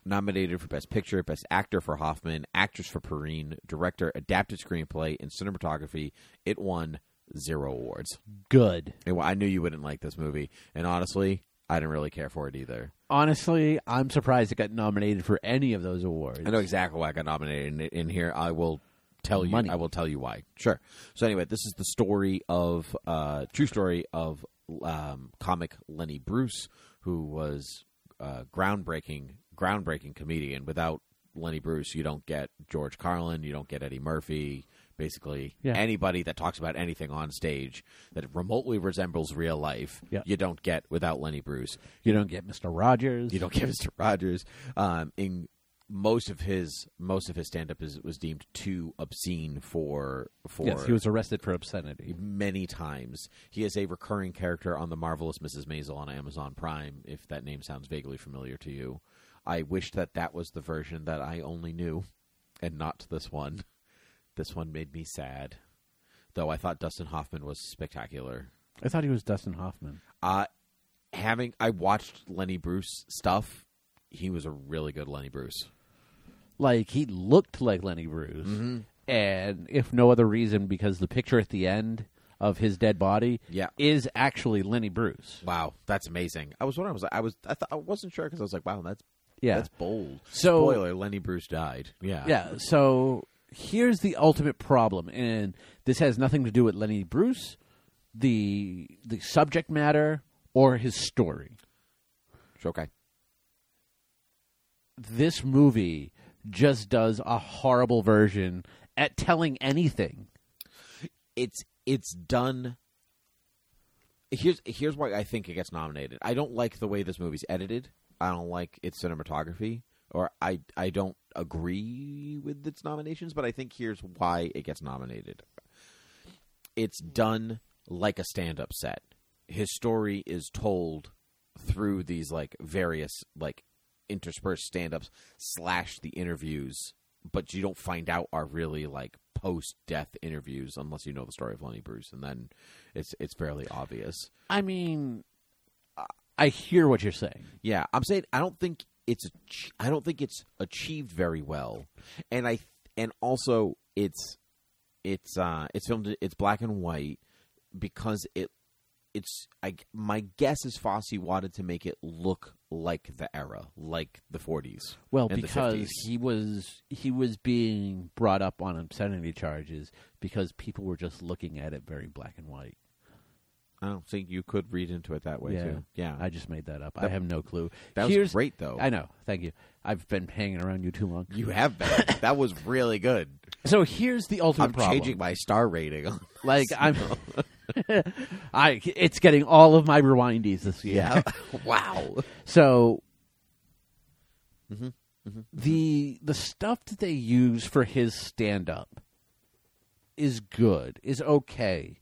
Nominated for Best Picture, Best Actor for Hoffman, Actress for Perrine, Director, Adapted Screenplay, and Cinematography. It won zero awards. Good. It, I knew you wouldn't like this movie, and honestly, I didn't really care for it either. Honestly, I'm surprised it got nominated for any of those awards. I know exactly why I got nominated in, in here. I will tell you. Money. I will tell you why. Sure. So anyway, this is the story of uh, true story of um, comic Lenny Bruce, who was uh, groundbreaking groundbreaking comedian. Without Lenny Bruce, you don't get George Carlin. You don't get Eddie Murphy. Basically, Yeah. anybody that talks about anything on stage that remotely resembles real life, Yeah. you don't get without Lenny Bruce. You don't get Mister Rogers. You don't get Mr. Rogers. Um, in most of his most of his stand up is was deemed too obscene for for Yes, he was arrested for obscenity. many times. He is a recurring character on the marvelous Mrs. Maisel on Amazon Prime. If that name sounds vaguely familiar to you, I wish that that was the version that I only knew, and not this one. This one made me sad, though. I thought Dustin Hoffman was spectacular. I thought he was Dustin Hoffman. Uh, having I watched Lenny Bruce stuff, he was a really good Lenny Bruce. like he looked like Lenny Bruce, and if no other reason, because the picture at the end of his dead body, Yeah. is actually Lenny Bruce. Wow, that's amazing. I was wondering. I was I was I, thought, I wasn't sure because I was like, wow, that's Yeah. that's bold. So- spoiler: Lenny Bruce died. Yeah, Yeah. So here's the ultimate problem, and this has nothing to do with Lenny Bruce, the the subject matter or his story. Okay. This movie just does a horrible version at telling anything. It's it's done here's here's why I think it gets nominated. I don't like the way this movie's edited. I don't like its cinematography, or I I don't agree with its nominations. But I think here's why it gets nominated. It's done like a stand-up set. His story is told through these like various like interspersed stand-ups slash the interviews, but you don't find out are really like post-death interviews unless you know the story of Lenny Bruce, and then it's it's fairly obvious. I mean, I- I hear what you're saying. Yeah, I'm saying I don't think it's ach- I don't think it's achieved very well, and I and also it's it's uh it's filmed it's black and white because it it's I my guess is Fosse wanted to make it look like the era, like the 40s. Well, and the because 50s. he was he was being brought up on obscenity charges because people were just looking at it very black and white. I don't think you could read into it that way yeah, too. Yeah, I just made that up. I That- have no clue. that was Here's- great though. I know. Thank you. I've been hanging around you too long. You have been. that was really good. So here's the ultimate I'm problem. changing my star rating. <laughs> on Like I'm, <laughs> I it's getting all of my rewindies this year. <laughs> wow. So the the stuff that they use for his stand up is good, is okay.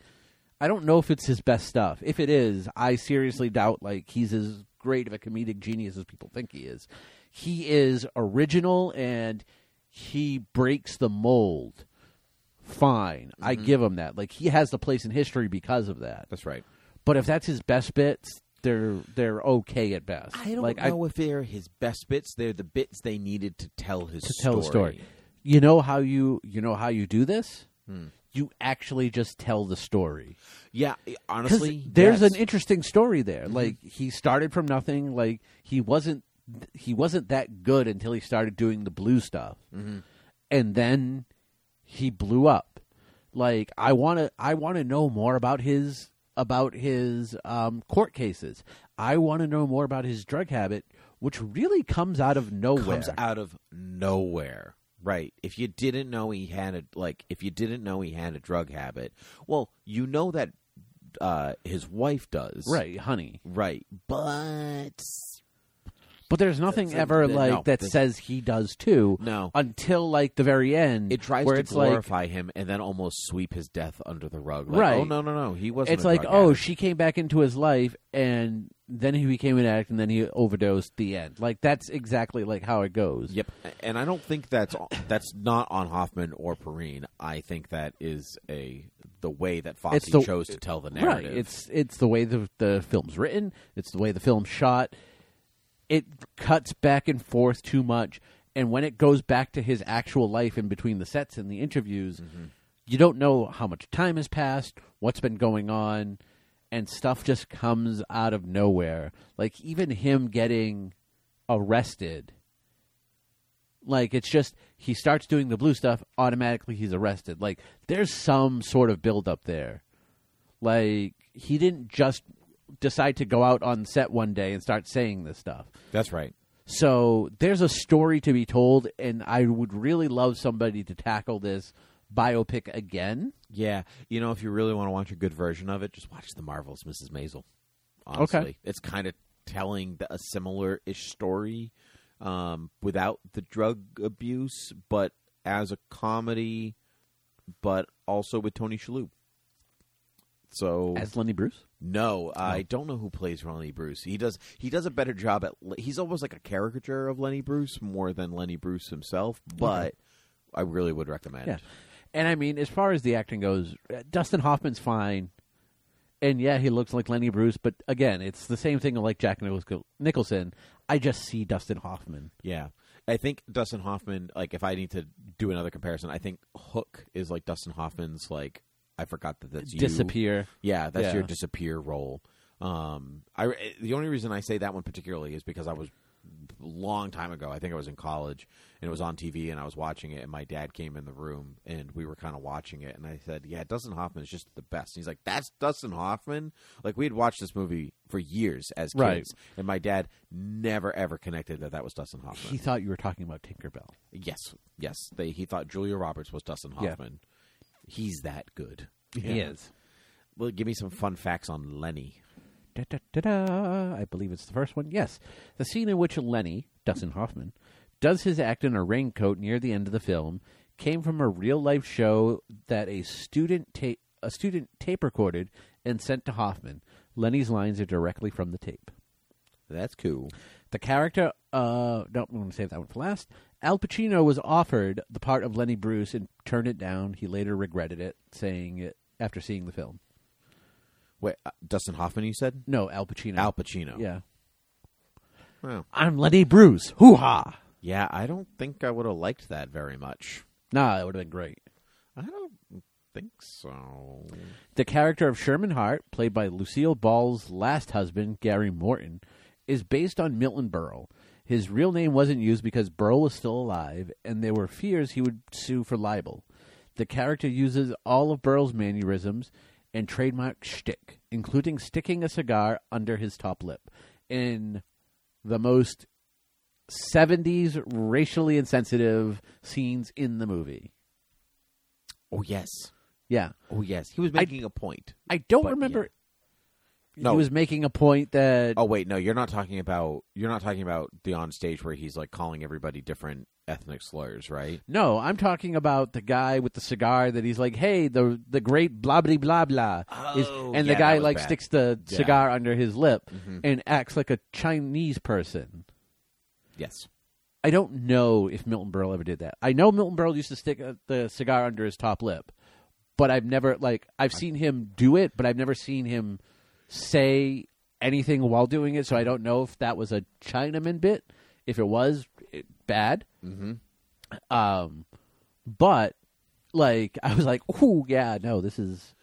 I don't know if it's his best stuff. If it is, I seriously doubt like he's as great of a comedic genius as people think he is. He is original and he breaks the mold. Fine. I give him that. Like he has the place in history because of that. That's right. But if that's his best bits, they're they're okay at best. I don't like, know if they're his best bits. They're the bits they needed to tell his to tell the story. You know how you you know how you do this. You actually just tell the story Yeah, i- because honestly, there's yes. Mm-hmm. an interesting story there. Like he started from nothing. Like he wasn't he wasn't that good until he started doing the blue stuff, Mm-hmm. and then he blew up. Like I want to I want to know more about his about his um, court cases. I want to know more about his drug habit, which really comes out of nowhere. comes out of nowhere. Right. If you didn't know he had a like, if you didn't know he had a drug habit, well, you know that uh, his wife does. right, honey. Right. But But there's nothing That's- ever no, like that this- says he does too. No. until like the very end, it tries where to it's like glorify him and then almost sweep his death under the rug. Like, Right. Oh no no no, he wasn't. it's a like drug oh addict. she came back into his life and then he became an addict and then he overdosed the end like that's exactly like how it goes Yep, and I don't think that's that's not on Hoffman or Perrine. I think that is a the way that Fosse It's the- chose to tell the right narrative. it's it's the way the the film's written it's the way the film's shot it cuts back and forth too much and when it goes back to his actual life in between the sets and the interviews Mm-hmm. you don't know how much time has passed what's been going on and stuff just comes out of nowhere like even him getting arrested Like it's just he starts doing the blue stuff, automatically he's arrested. Like there's some sort of build up there. Like he didn't just decide to go out on set one day and start saying this stuff. that's right. So there's a story to be told and I would really love somebody to tackle this biopic again. Yeah, you know, if you really want to watch a good version of it, just watch the marvelous Mrs. Maisel. Honestly, it's kind of telling the, a similar ish story um, without the drug abuse, but as a comedy, but also with Tony Shalhoub. So As Lenny Bruce? No, I don't know who plays Lenny Bruce. He does. He does a better job at. He's almost like a caricature of Lenny Bruce more than Lenny Bruce himself. But I really would recommend. Yeah. And I mean, as far as the acting goes, uh, Dustin Hoffman's fine. And yeah, he looks like Lenny Bruce, but again, it's the same thing like Jack Nichol- Nicholson. I just see Dustin Hoffman. Yeah. I think Dustin Hoffman. Like, if I need to do another comparison, I think Hook is like Dustin Hoffman's. Like, I forgot that that's you. <laughs> disappear. Yeah, that's Yeah. your disappear role. Um, I the only reason I say that one particularly is because I was a long time ago. I think I was in college and it was on TV and I was watching it and my dad came in the room and we were kind of watching it and I said, "Yeah, Dustin Hoffman is just the best." And he's like, "That's Dustin Hoffman." Like we had watched this movie for years as kids, Right. and my dad never ever connected that that was Dustin Hoffman. He thought you were talking about Tinkerbell. yes, yes, they, he thought Julia Roberts was Dustin Yeah. Hoffman. He's that good. He is. Well, give me some fun facts on Lenny. Da, da, da, da. I believe it's the first one. Yes. The scene in which Lenny, Dustin Hoffman, does his act in a raincoat near the end of the film came from a real life show that a student ta- a student tape recorded and sent to Hoffman. Lenny's lines are directly from the tape. That's cool. The character, uh, no, I'm going to save that one for last. Al Pacino was offered the part of Lenny Bruce and turned it down. He later regretted it, saying it after seeing the film. Wait, uh, Dustin Hoffman, you said? No, Al Pacino. Al Pacino. Yeah. Wow. I'm Lenny Bruce. Hoo ha! Yeah, I don't think I would have liked that very much. Nah, it would have been great. I don't think so. The character of Sherman Hart, played by Lucille Ball's last husband, Gary Morton, is based on Milton Berle. His real name wasn't used because Berle was still alive, and there were fears he would sue for libel. The character uses all of Berle's mannerisms and trademark shtick, including sticking a cigar under his top lip, in the most 70s racially insensitive scenes in the movie. Oh, yes. Yeah. Oh, yes. He was making a point. I don't But, remember. No. He was making a point that Oh wait, no, you're not talking about you're not talking about the on stage where he's like calling everybody different ethnic slurs, right? no, I'm talking about the guy with the cigar that he's like, hey, the the great blah blah blah blah, is, Oh, and yeah, the that guy was like bad. sticks the Yeah. Mm-hmm. cigar under his lip and acts like a Chinese person. Yes. I don't know if Milton Berle ever did that. I know Milton Berle used to stick uh, the cigar under his top lip, but I've never like I've seen him do it, but I've never seen him say anything while doing it. So I don't know if that was a Chinaman bit. If it was, it, bad. Mm-hmm. Um, but like I was like, oh yeah, no, this is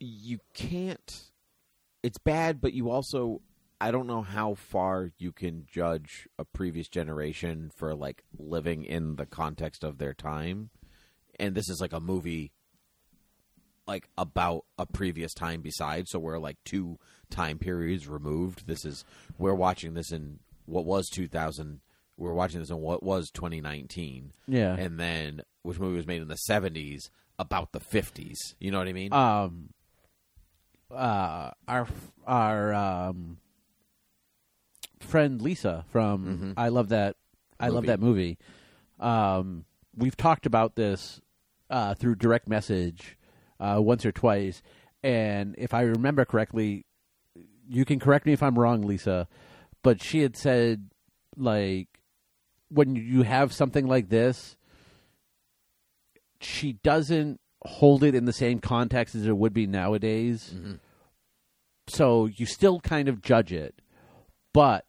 You can't it's bad, but you also I don't know how far you can judge a previous generation for like living in the context of their time. And this is like a movie like about a previous time besides so we're like two time periods removed this is we're watching this in what was 2000 we're watching this in what was 2019 Yeah. and then which movie was made in the 70s about the 50s you know what i mean um uh our our um friend Lisa from I love that I love Movie. that movie. Um we've talked about this uh through direct message uh once or twice and if I remember correctly you can correct me if I'm wrong Lisa but she had said like when you have something like this she doesn't hold it in the same context as it would be nowadays. So you still kind of judge it, but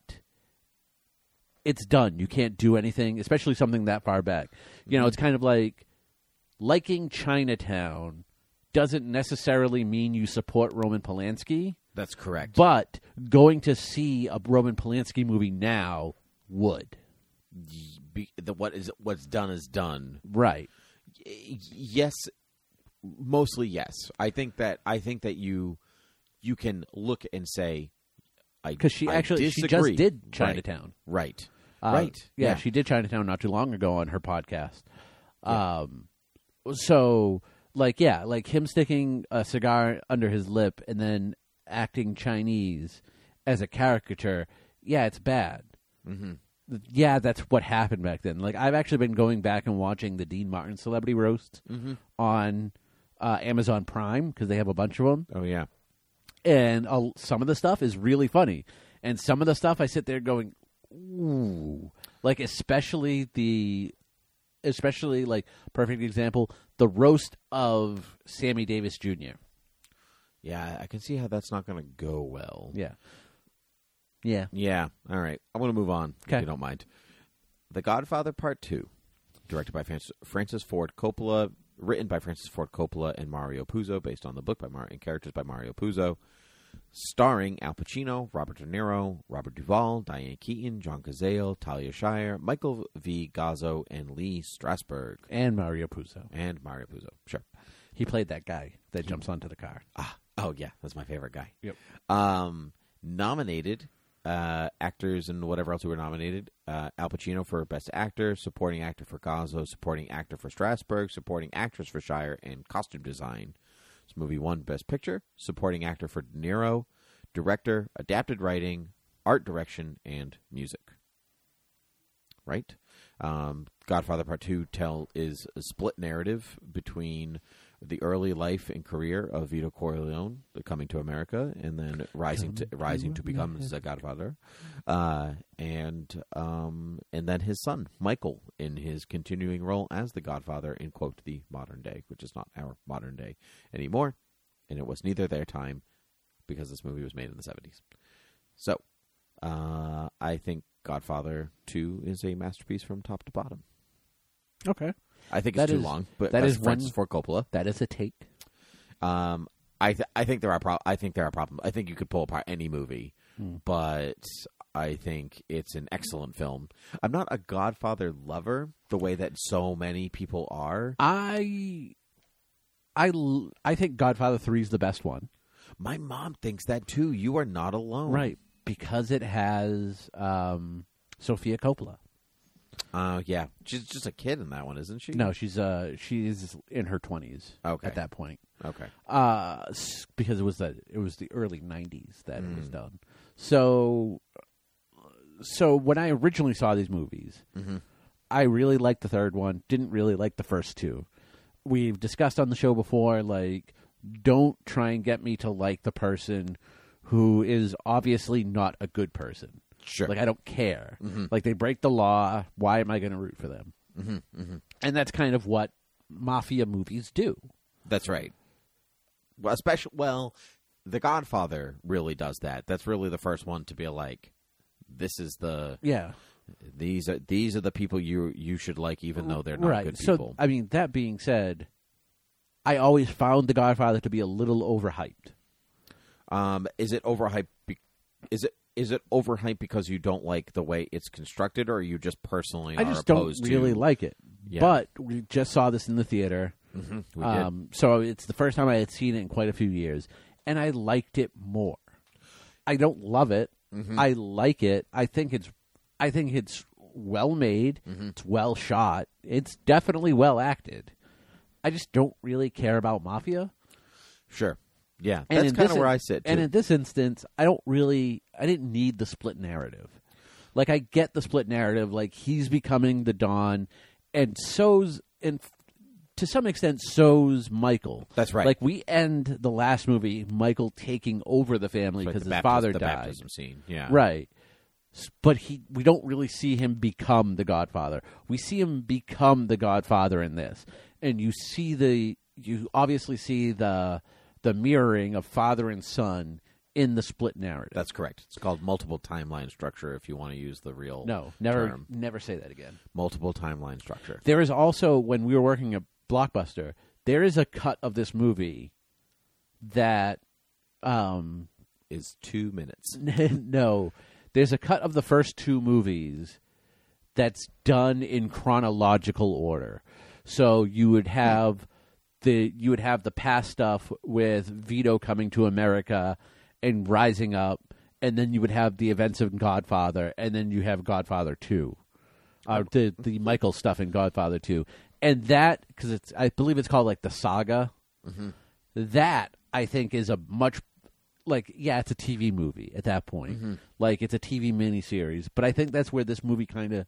it's done. You can't do anything, especially something that far back. You Mm-hmm. know, it's kind of like liking Chinatown doesn't necessarily mean you support Roman Polanski, that's correct but going to see a Roman Polanski movie now would. Be- the, what is what's done is done Right. Y- yes mostly yes i think that i think that you you can look and say i Because she I actually she disagree. just did Right. Chinatown. right Uh, right Yeah, she did Chinatown not too long ago on her podcast. Um, so like yeah, like him sticking a cigar under his lip and then acting Chinese as a caricature. Yeah, it's bad. Mm-hmm. Yeah, that's what happened back then. Like I've actually been going back and watching the Dean Martin Celebrity Roast on uh, Amazon Prime because they have a bunch of them oh yeah and uh, some of the stuff is really funny, and some of the stuff I sit there going, ooh, like especially the, especially like perfect example, the roast of Sammy Davis Jr. Yeah, I can see how that's not going to go well. Yeah, yeah, Yeah. All right. I want to move on, if Okay. you don't mind. The Godfather Part 2, directed by Francis- Francis Ford Coppola, written by Francis Ford Coppola and Mario Puzo, based on the book by Mar- and characters by Mario Puzo, starring Al Pacino, Robert De Niro, Robert Duvall, Diane Keaton, John Cazale, Talia Shire, Michael V. Gazzo, and Lee Strasberg. and Mario Puzo, And Mario Puzo. Sure. he played that guy that jumps onto the car. Ah, oh yeah, that's my favorite guy. Yep. Um, nominated uh, actors and whatever else who were nominated: uh, Al Pacino for Best Actor, Supporting Actor for Gazzo, Supporting Actor for Strasbourg, Supporting Actress for Shire, and Costume Design. This movie won Best Picture, Supporting Actor for De Niro, Director, Adapted Writing, Art Direction, and Music. Right? Um, Godfather Part Two tell is a split narrative between the early life and career of Vito Corleone, the coming to America, and then rising to rising to become the Godfather, uh, and um, and then his son Michael in his continuing role as the Godfather in quote the modern day, which is not our modern day anymore, and it was neither their time because this movie was made in the seventies. So, uh, I think Godfather Two is a masterpiece from top to bottom. Okay. I think it's That too is- long, but that that's is one- Francis Ford Coppola. That is a take. Um, I th- I think there are pro- I think there are problems. I think you could pull apart any movie, Hmm. but I think it's an excellent film. I'm not a Godfather lover the way that so many people are. I I l- I think Godfather 3 is the best one. My mom thinks that too. You are not alone, Right, because it has um Sophia Coppola. Uh, yeah, she's just a kid in that one, isn't she? No, she's uh she's in her 20s Okay. at that point. Okay. uh, s- because it was the it was the early '90s that it was done. So, so when I originally saw these movies, I really liked the third one. Didn't really like the first two. We've discussed on the show before, like, don't try and get me to like the person who is obviously not a good person. Sure. Like I don't care. Mm-hmm. Like they break the law. Why am I going to root for them? Mm-hmm, And that's kind of what mafia movies do. That's right. Well, especially well, The Godfather really does that. That's really the first one to be like, this is the Yeah. these are these are the people you you should like, even though they're not right. good so, people. I mean, that being said, I always found The Godfather to be a little overhyped. um, is it overhyped? Be- is it is it overhyped because you don't like the way it's constructed, or you just personally I are just don't opposed really to? like it. Yeah. But we just saw this in the theater. Mm-hmm. we did. um, So it's the first time I had seen it in quite a few years, and I liked it more. I don't love it. Mm-hmm. I like it. I think it's, I think it's well made. Mm-hmm. It's well shot. It's definitely well acted. I just don't really care about mafia. sure. Yeah, And that's in kind of this where in- I sit. Too. And in this instance, I don't really, I didn't need the split narrative. Like I get the split narrative, like he's becoming the Don, and so's and f- to some extent so's Michael. That's right. Like we end the last movie, Michael taking over the family Like because the his baptis- father the died. baptism scene. Yeah, Right. S- But he, we don't really see him become the Godfather. We see him become the Godfather in this, and you see the, you obviously see the, the mirroring of father and son in the split narrative. That's correct. It's called multiple timeline structure. If you want to use the real no, never, term. never say that again. multiple timeline structure. There is also when we were working at Blockbuster, there is a cut of this movie that, um, is two minutes. <laughs> no, there's a cut of the first two movies that's done in chronological order. So you would have the you would have the past stuff with Vito coming to America and rising up, and then you would have the events of Godfather, and then you have Godfather Two, uh, the the Michael stuff in Godfather Two, and that because it's I believe it's called like the saga. That I think is a much like yeah, it's a TV movie at that point. Like it's a TV miniseries, but I think that's where this movie kind of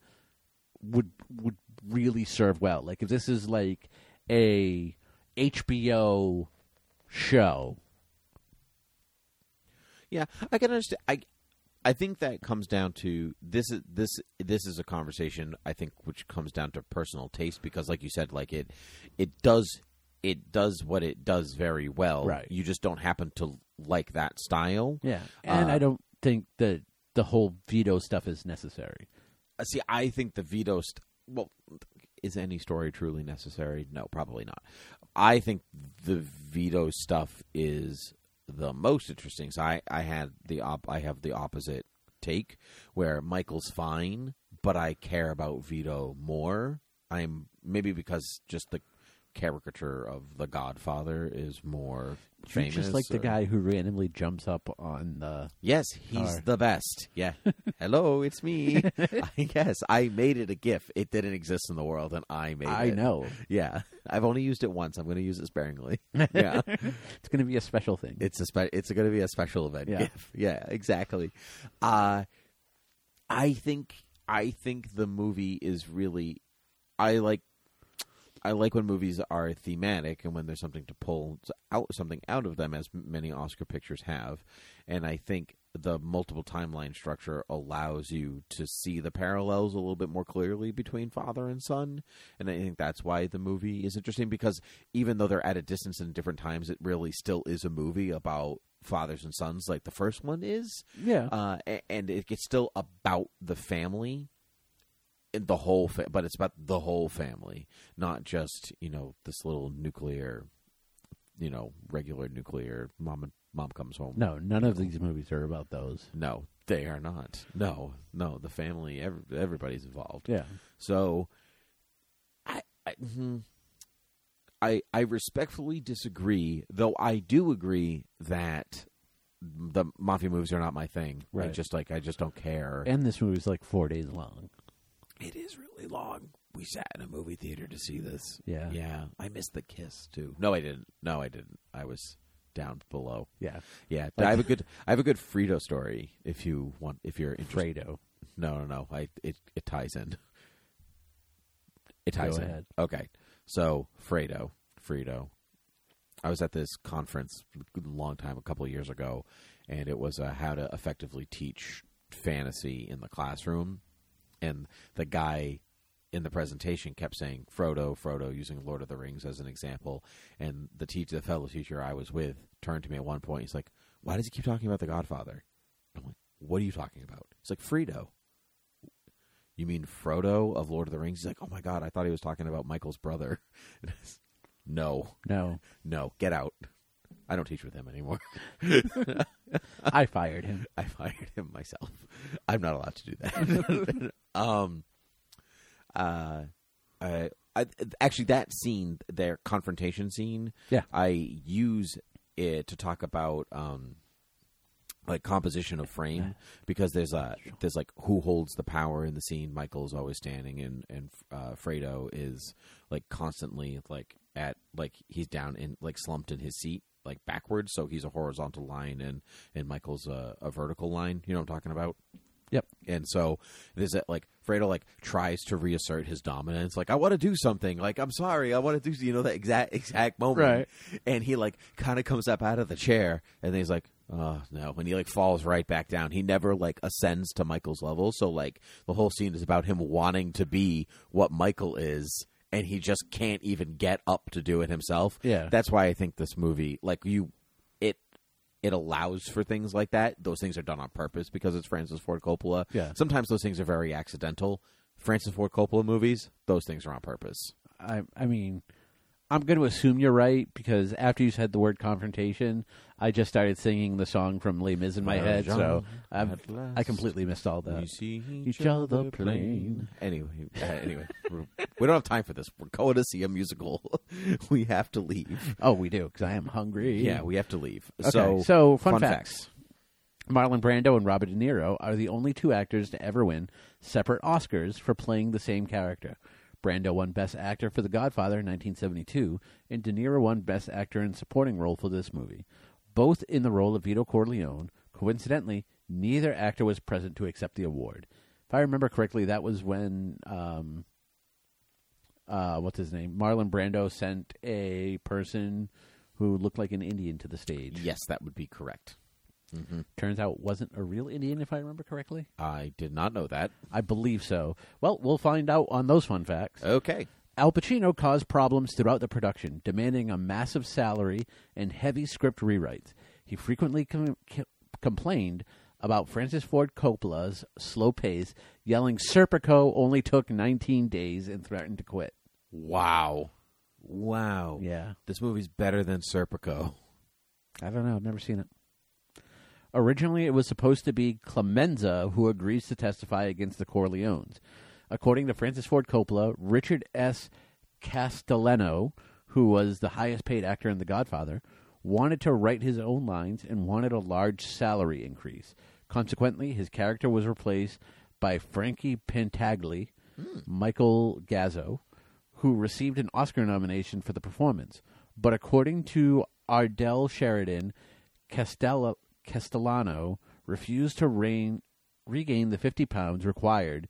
would would really serve well. Like if this is like a HBO show, Yeah, I can understand. I I think that comes down to this is this this is a conversation I think which comes down to personal taste because like you said like it it does it does what it does very well. Right. You just don't happen to like that style. yeah, and Uh, I don't think that the whole veto stuff is necessary. Uh, See, I think the veto. St- well, is any story truly necessary? No, probably not. I think the veto stuff is the most interesting. So I, I had the op- I have the opposite take where Michael's fine, but I care about veto more. I'm maybe because just the caricature of the Godfather is more famous. Just like the or- guy who randomly jumps up on the. Yes, he's Or- the best. <laughs> Yeah. Hello, it's me. <laughs> I- yes, I made it a GIF. It didn't exist in the world, and I made I it. know Yeah, <laughs> I've only used it once. I'm going to use it <laughs> sparingly. Yeah, it's going to be a special thing. it's a spe- it's going to be a special event. Yeah. GIF. <laughs> yeah, exactly. Uh, I think I think the movie is really I like I like when movies are thematic and when there's something to pull out something out of them, as many Oscar pictures have. And I think the multiple timeline structure allows you to see the parallels a little bit more clearly between father and son. And I think that's why the movie is interesting because even though they're at a distance in different times, it really still is a movie about fathers and sons, like the first one is. yeah, Uh, a- and it, it's still about the family in the whole fa- but it's about the whole family not just you know this little nuclear you know regular nuclear mom and mom comes home no, none of these movies are about those. no they are not no no the family every, everybody's involved Yeah, so I I, hmm. I I respectfully disagree, though I do agree that the mafia movies are not my thing. I Right. just like I just don't care. and this movie's like four days long. it is really long. We sat in a movie theater to see this. Yeah. Yeah. I missed the kiss too. No, I didn't. No, I didn't. I was down below. Yeah, Yeah. I have a good I have a good Frito story if you want if you're interested. Fredo. No, no, no. I it it ties in. It ties Go in. ahead. Okay. So Fredo, Fredo. I was at this conference a long time, a couple of years ago, and it was uh, how to effectively teach fantasy in the classroom. And the guy in the presentation kept saying Frodo, Frodo, using Lord of the Rings as an example. And the teacher, the fellow teacher I was with, turned to me at one point. He's like, "Why does he keep talking about the Godfather?" I'm like, "What are you talking about?" He's like, "Fredo." You mean Frodo of Lord of the Rings? He's like, oh my god, I thought he was talking about Michael's brother. <laughs> And I was, no, No, no, get out. I don't teach with him anymore. <laughs> I fired him. I fired him myself. I'm not allowed to do that. <laughs> um, uh, I, I actually that scene, their confrontation scene. Yeah. I use it to talk about um, like composition of frame because there's a there's like who holds the power in the scene. Michael's always standing, and and uh, Fredo is like constantly like at like he's down in like slumped in his seat like backwards, so he's a horizontal line, and and Michael's a, a vertical line. You know what I'm talking about? Yep. And so there's that like Fredo like tries to reassert his dominance, like I want to do something, like I'm sorry, I want to do you know that exact exact moment, and he like kind of comes up out of the chair, and then he's like, oh no, and he like falls right back down. He never like ascends to Michael's level, so like the whole scene is about him wanting to be what Michael is. And he just can't even get up to do it himself. Yeah. that's why I think this movie, like you, it it allows for things like that. Those things are done on purpose because it's Francis Ford Coppola. Yeah. Sometimes those things are very accidental. Francis Ford Coppola movies, those things are on purpose. I I mean, I'm going to assume you're right because after you said the word confrontation, I just started singing the song from Les Mis in my head, so I'm, at last I completely missed all that. see each other plain. Uh, Anyway, uh, anyway, we're- we don't have time for this. We're going to see a musical. <laughs> we have to leave. Oh, we do because I am hungry. Yeah, we have to leave. Okay, So, so fun facts. Marlon Brando and Robert De Niro are the only two actors to ever win separate Oscars for playing the same character. Brando won Best Actor for The Godfather in 1972, and De Niro won Best Actor in Supporting Role for this movie, both in the role of Vito Corleone. Coincidentally, neither actor was present to accept the award. If I remember correctly, that was when um, uh, what's his name? Marlon Brando sent a person who looked like an Indian to the stage. Yes, that would be correct. Turns out wasn't a real Indian, if I remember correctly. I did not know that. I believe so. Well, we'll find out on those fun facts. Okay. Al Pacino caused problems throughout the production, demanding a massive salary and heavy script rewrites. He frequently com- c- complained about Francis Ford Coppola's slow pace, yelling Serpico only took 19 days and threatened to quit. Wow. Wow. Yeah. This movie's better than Serpico. I don't know. I've never seen it. Originally, it was supposed to be Clemenza who agrees to testify against the Corleones. According to Francis Ford Coppola, Richard S. Castellano, who was the highest paid actor in The Godfather, wanted to write his own lines and wanted a large salary increase. Consequently, his character was replaced by Frankie Pentagli, Michael Gazzo, who received an Oscar nomination for the performance. But according to Ardell Sheridan, Castella, Castellano refused to reign, regain the 50 pounds required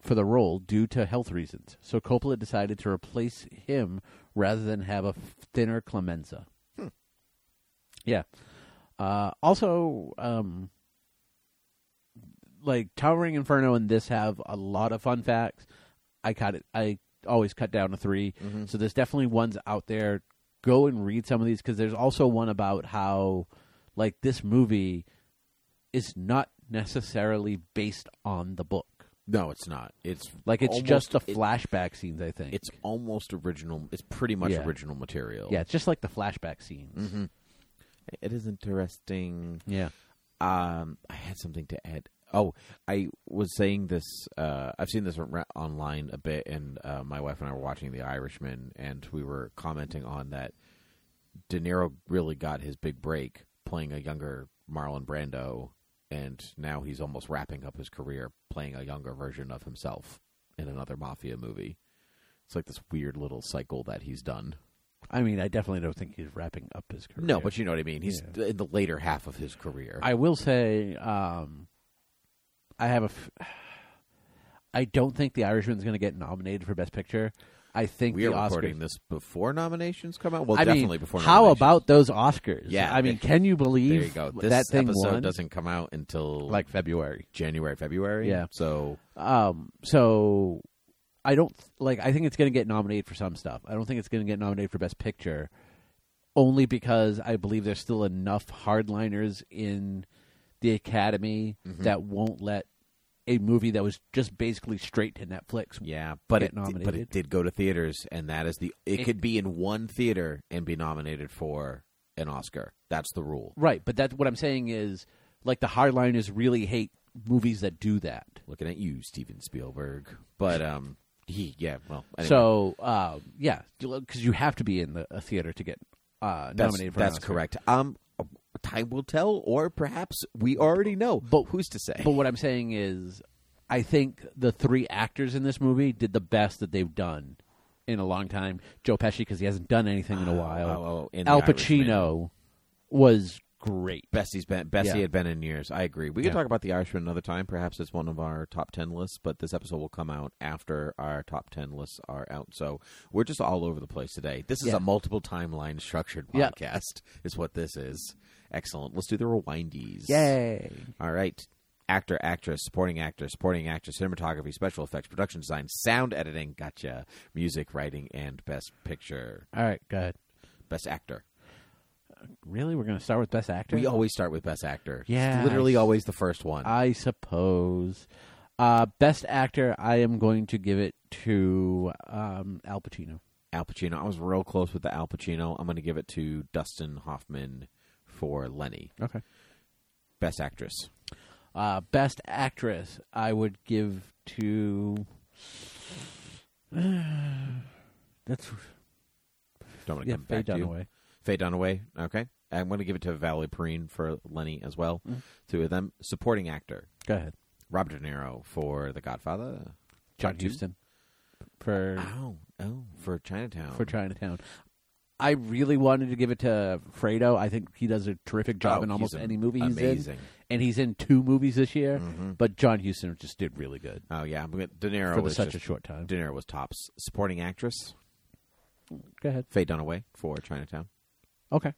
for the role due to health reasons. So Coppola decided to replace him rather than have a thinner Clemenza. Yeah. Uh, also, um, like Towering Inferno and this have a lot of fun facts. I cut it. I always cut down to 3 Mm-hmm. so there's definitely ones out there. Go and read some of these because there's also one about how, like, this movie is not necessarily based on the book. No, it's not. It's Like, it's almost- just the it- flashback scenes. I think it's almost original. It's pretty much Yeah. original material. yeah, it's just like the flashback scenes. Mm-hmm. it is interesting. Yeah. Um, I had something to add. Oh, I was saying this. Uh, I've seen this ar- online a bit, and uh, my wife and I were watching The Irishman, and we were commenting on that. De Niro really got his big break playing a younger Marlon Brando, and now he's almost wrapping up his career playing a younger version of himself in another mafia movie. It's like this weird little cycle that he's done. I mean, I definitely don't think he's wrapping up his career. No, but you know what I mean. He's in the later half of his career. I will say, um, I have a. F- I don't think The Irishman's going to get nominated for Best Picture. I think we are the Oscars. recording this before nominations come out. Well, I mean, definitely before. How nominations. about those Oscars? Yeah, I mean, they- can you believe there you go? This that thing episode won? doesn't come out until like February. January, February. Yeah. So Um, so I don't like. I think it's going to get nominated for some stuff. I don't think it's going to get nominated for Best Picture, only because I believe there's still enough hardliners in the Academy Mm-hmm. that won't let a movie that was just basically straight to Netflix. yeah, but Get it did- but nominated. it did go to theaters, and that is the it, It- could be in one theater and be nominated for an Oscar. That's the rule. Right, but that's what I'm saying is like the hardliners really hate movies that do that. Looking at you, Steven Spielberg. But um, he yeah. Well, anyway, So um, yeah, because you have to be in the, a theater to get uh, that's, nominated for an that's Oscar. correct. Um, time will tell, or perhaps we already know. But who's to say? But what I'm saying is, I think the three actors in this movie did the best that they've done in a long time. Joe Pesci because he hasn't done anything in a while. oh, oh, in Al The Irishman. Pacino was great. Bessie's been Bessie Yeah. had been in years. I agree. We can Yeah. talk about the Irishman another time. Perhaps it's one of our top ten lists, but this episode will come out after our top ten lists are out. So we're just all over the place today. This is Yeah. a multiple timeline structured Yeah. podcast, is what this is. Excellent. Let's do the rewindies. Yay! All right. Actor, actress, supporting actor, supporting actress, cinematography, special effects, production design, sound editing, gotcha, music, writing, and best picture. All right, go ahead. Best actor. Really, we're going to start with best actor. We always start with best actor. Yes. It's literally always the first one. I suppose. Uh, best actor, I am going to give it to um, Al Pacino. Al Pacino. I was real close with the Al Pacino. I'm going to give it to Dustin Hoffman for Lenny, Okay. best actress. Uh, best actress, I would give to. <sighs> That's Don't want to yeah, come Faye back to you. Dunaway. Faye Dunaway. Okay, I'm going to give it to Valerie Perrine for Lenny as well. Mm-hmm. Two of them. Supporting actor Go ahead, Robert De Niro for The Godfather. John Part two? Huston for Oh, oh, for Chinatown. for Chinatown. I really wanted to give it to Fredo. I think he does a terrific job Oh, in almost he's any movie he's in, amazing. Mm-hmm. and he's in two movies this year. But John Huston just did really good Oh yeah, I'm gonna- De Niro for the, was such just- a short time. De Niro was tops. Supporting actress Go ahead. Faye Dunaway for Chinatown. Okay.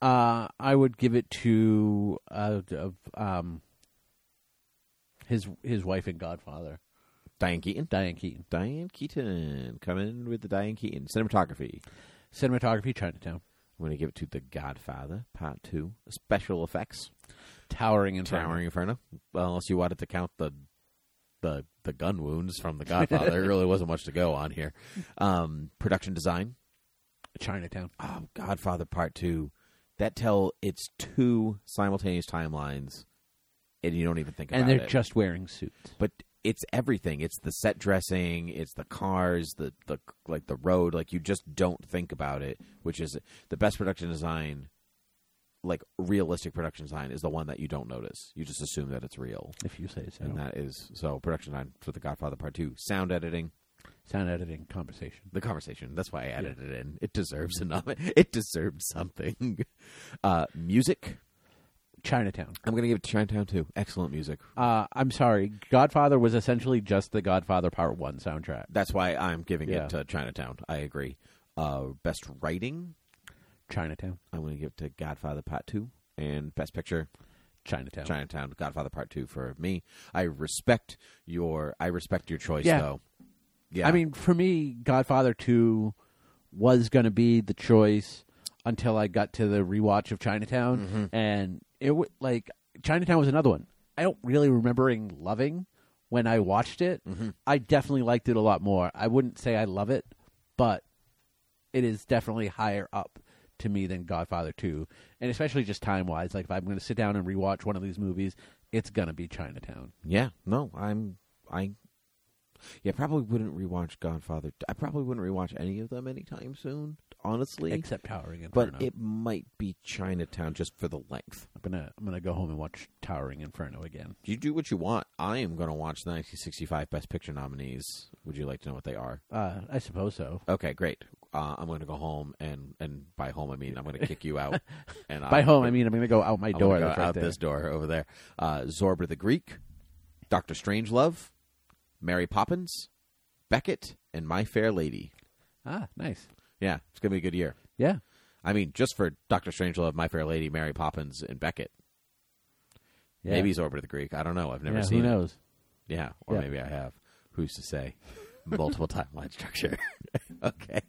Uh, I would give it to uh, of, um, his his wife and Godfather, Diane Keaton. Diane Keaton. Diane Keaton coming with the Diane Keaton cinematography. Cinematography, Chinatown. I'm going to give it to The Godfather Part Two. Special effects, Towering Inferno. Towering Inferno. Well, unless you wanted to count the the the gun wounds from The Godfather, there really wasn't much to go on <laughs> here. Um, production design, Chinatown. oh, Godfather Part Two. That tell it's two simultaneous timelines, and you don't even think about And they're it. just wearing suits. but it's everything. It's the set dressing, it's the cars, the the like the road. Like you just don't think about it, which is the best production design. Like realistic production design is the one that you don't notice. You just assume that it's real, if you say so. and that is so. Production design for The Godfather Part Two, sound editing, Sound editing conversation. the conversation. That's why I added it in. It deserves a nom- <laughs> It deserved something. <laughs> Uh, music. Chinatown. I'm gonna give it to Chinatown too. Excellent music. Uh, I'm sorry. Godfather was essentially just the Godfather Part One soundtrack. That's why I'm giving Yeah. it to Chinatown. I agree. Uh, best writing. Chinatown. I'm gonna give it to Godfather Part Two and Best Picture. Chinatown. Chinatown, Godfather Part Two for me. I respect your. I respect your choice Yeah. though. Yeah. I mean, for me, Godfather Two was going to be the choice until I got to the rewatch of Chinatown, Mm-hmm. and it w- like Chinatown was another one. I don't really remembering loving when I watched it. Mm-hmm. I definitely liked it a lot more. I wouldn't say I love it, but it is definitely higher up to me than Godfather Two, and especially just time wise. Like if I'm going to sit down and rewatch one of these movies, it's going to be Chinatown. Yeah, no, I'm I. Yeah, probably wouldn't rewatch Godfather. I probably wouldn't rewatch any of them anytime soon, honestly. Except Towering Inferno. but it might be Chinatown just for the length. I'm gonna I'm gonna go home and watch Towering Inferno again. You do what you want. I am going to watch the 1965 Best Picture nominees. Would you like to know what they are? Uh, I suppose so. Okay, great. Uh, I'm going to go home and and by home I mean I'm going to kick you <laughs> out. And By I'm home, gonna- I mean I'm gonna go out my I'm door. gonna go that's right out there. this door over there. Uh, Zorba the Greek, Doctor Strangelove, Mary Poppins, Beckett, and My Fair Lady. Ah, nice. Yeah, it's gonna be a good year. Yeah, I mean, just for Doctor Strangelove, My Fair Lady, Mary Poppins, and Beckett. yeah. Maybe Zorba the Greek. I don't know. I've never yeah, seen. Who it. knows? Yeah, or Yeah. maybe I have. Who's to say? Multiple timeline structure. <laughs> okay.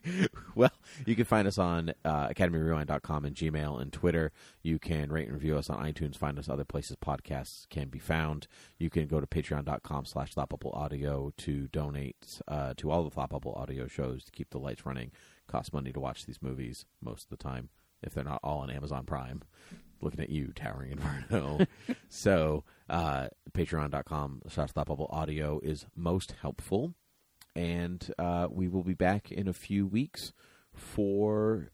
Well, you can find us on uh, academyrewind.com and Gmail and Twitter. You can rate and review us on iTunes. Find us other places podcasts can be found. You can go to patreon.com slash Thoughtbubble Audio to donate uh, to all the Thoughtbubble Audio shows to keep the lights running. Costs money to watch these movies most of the time if they're not all on Amazon Prime. Looking at you, Towering <laughs> Inferno. so, uh, patreon.com slash Thought Bubble Audio is most helpful. And uh, we will be back in a few weeks for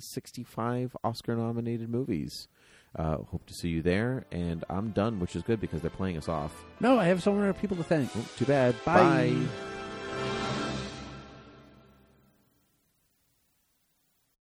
1965 Oscar nominated movies. Uh, hope to see you there. And I'm done, which is good because they're playing us off. No, I have so many people to thank. Too bad. Oh, Bye. Bye.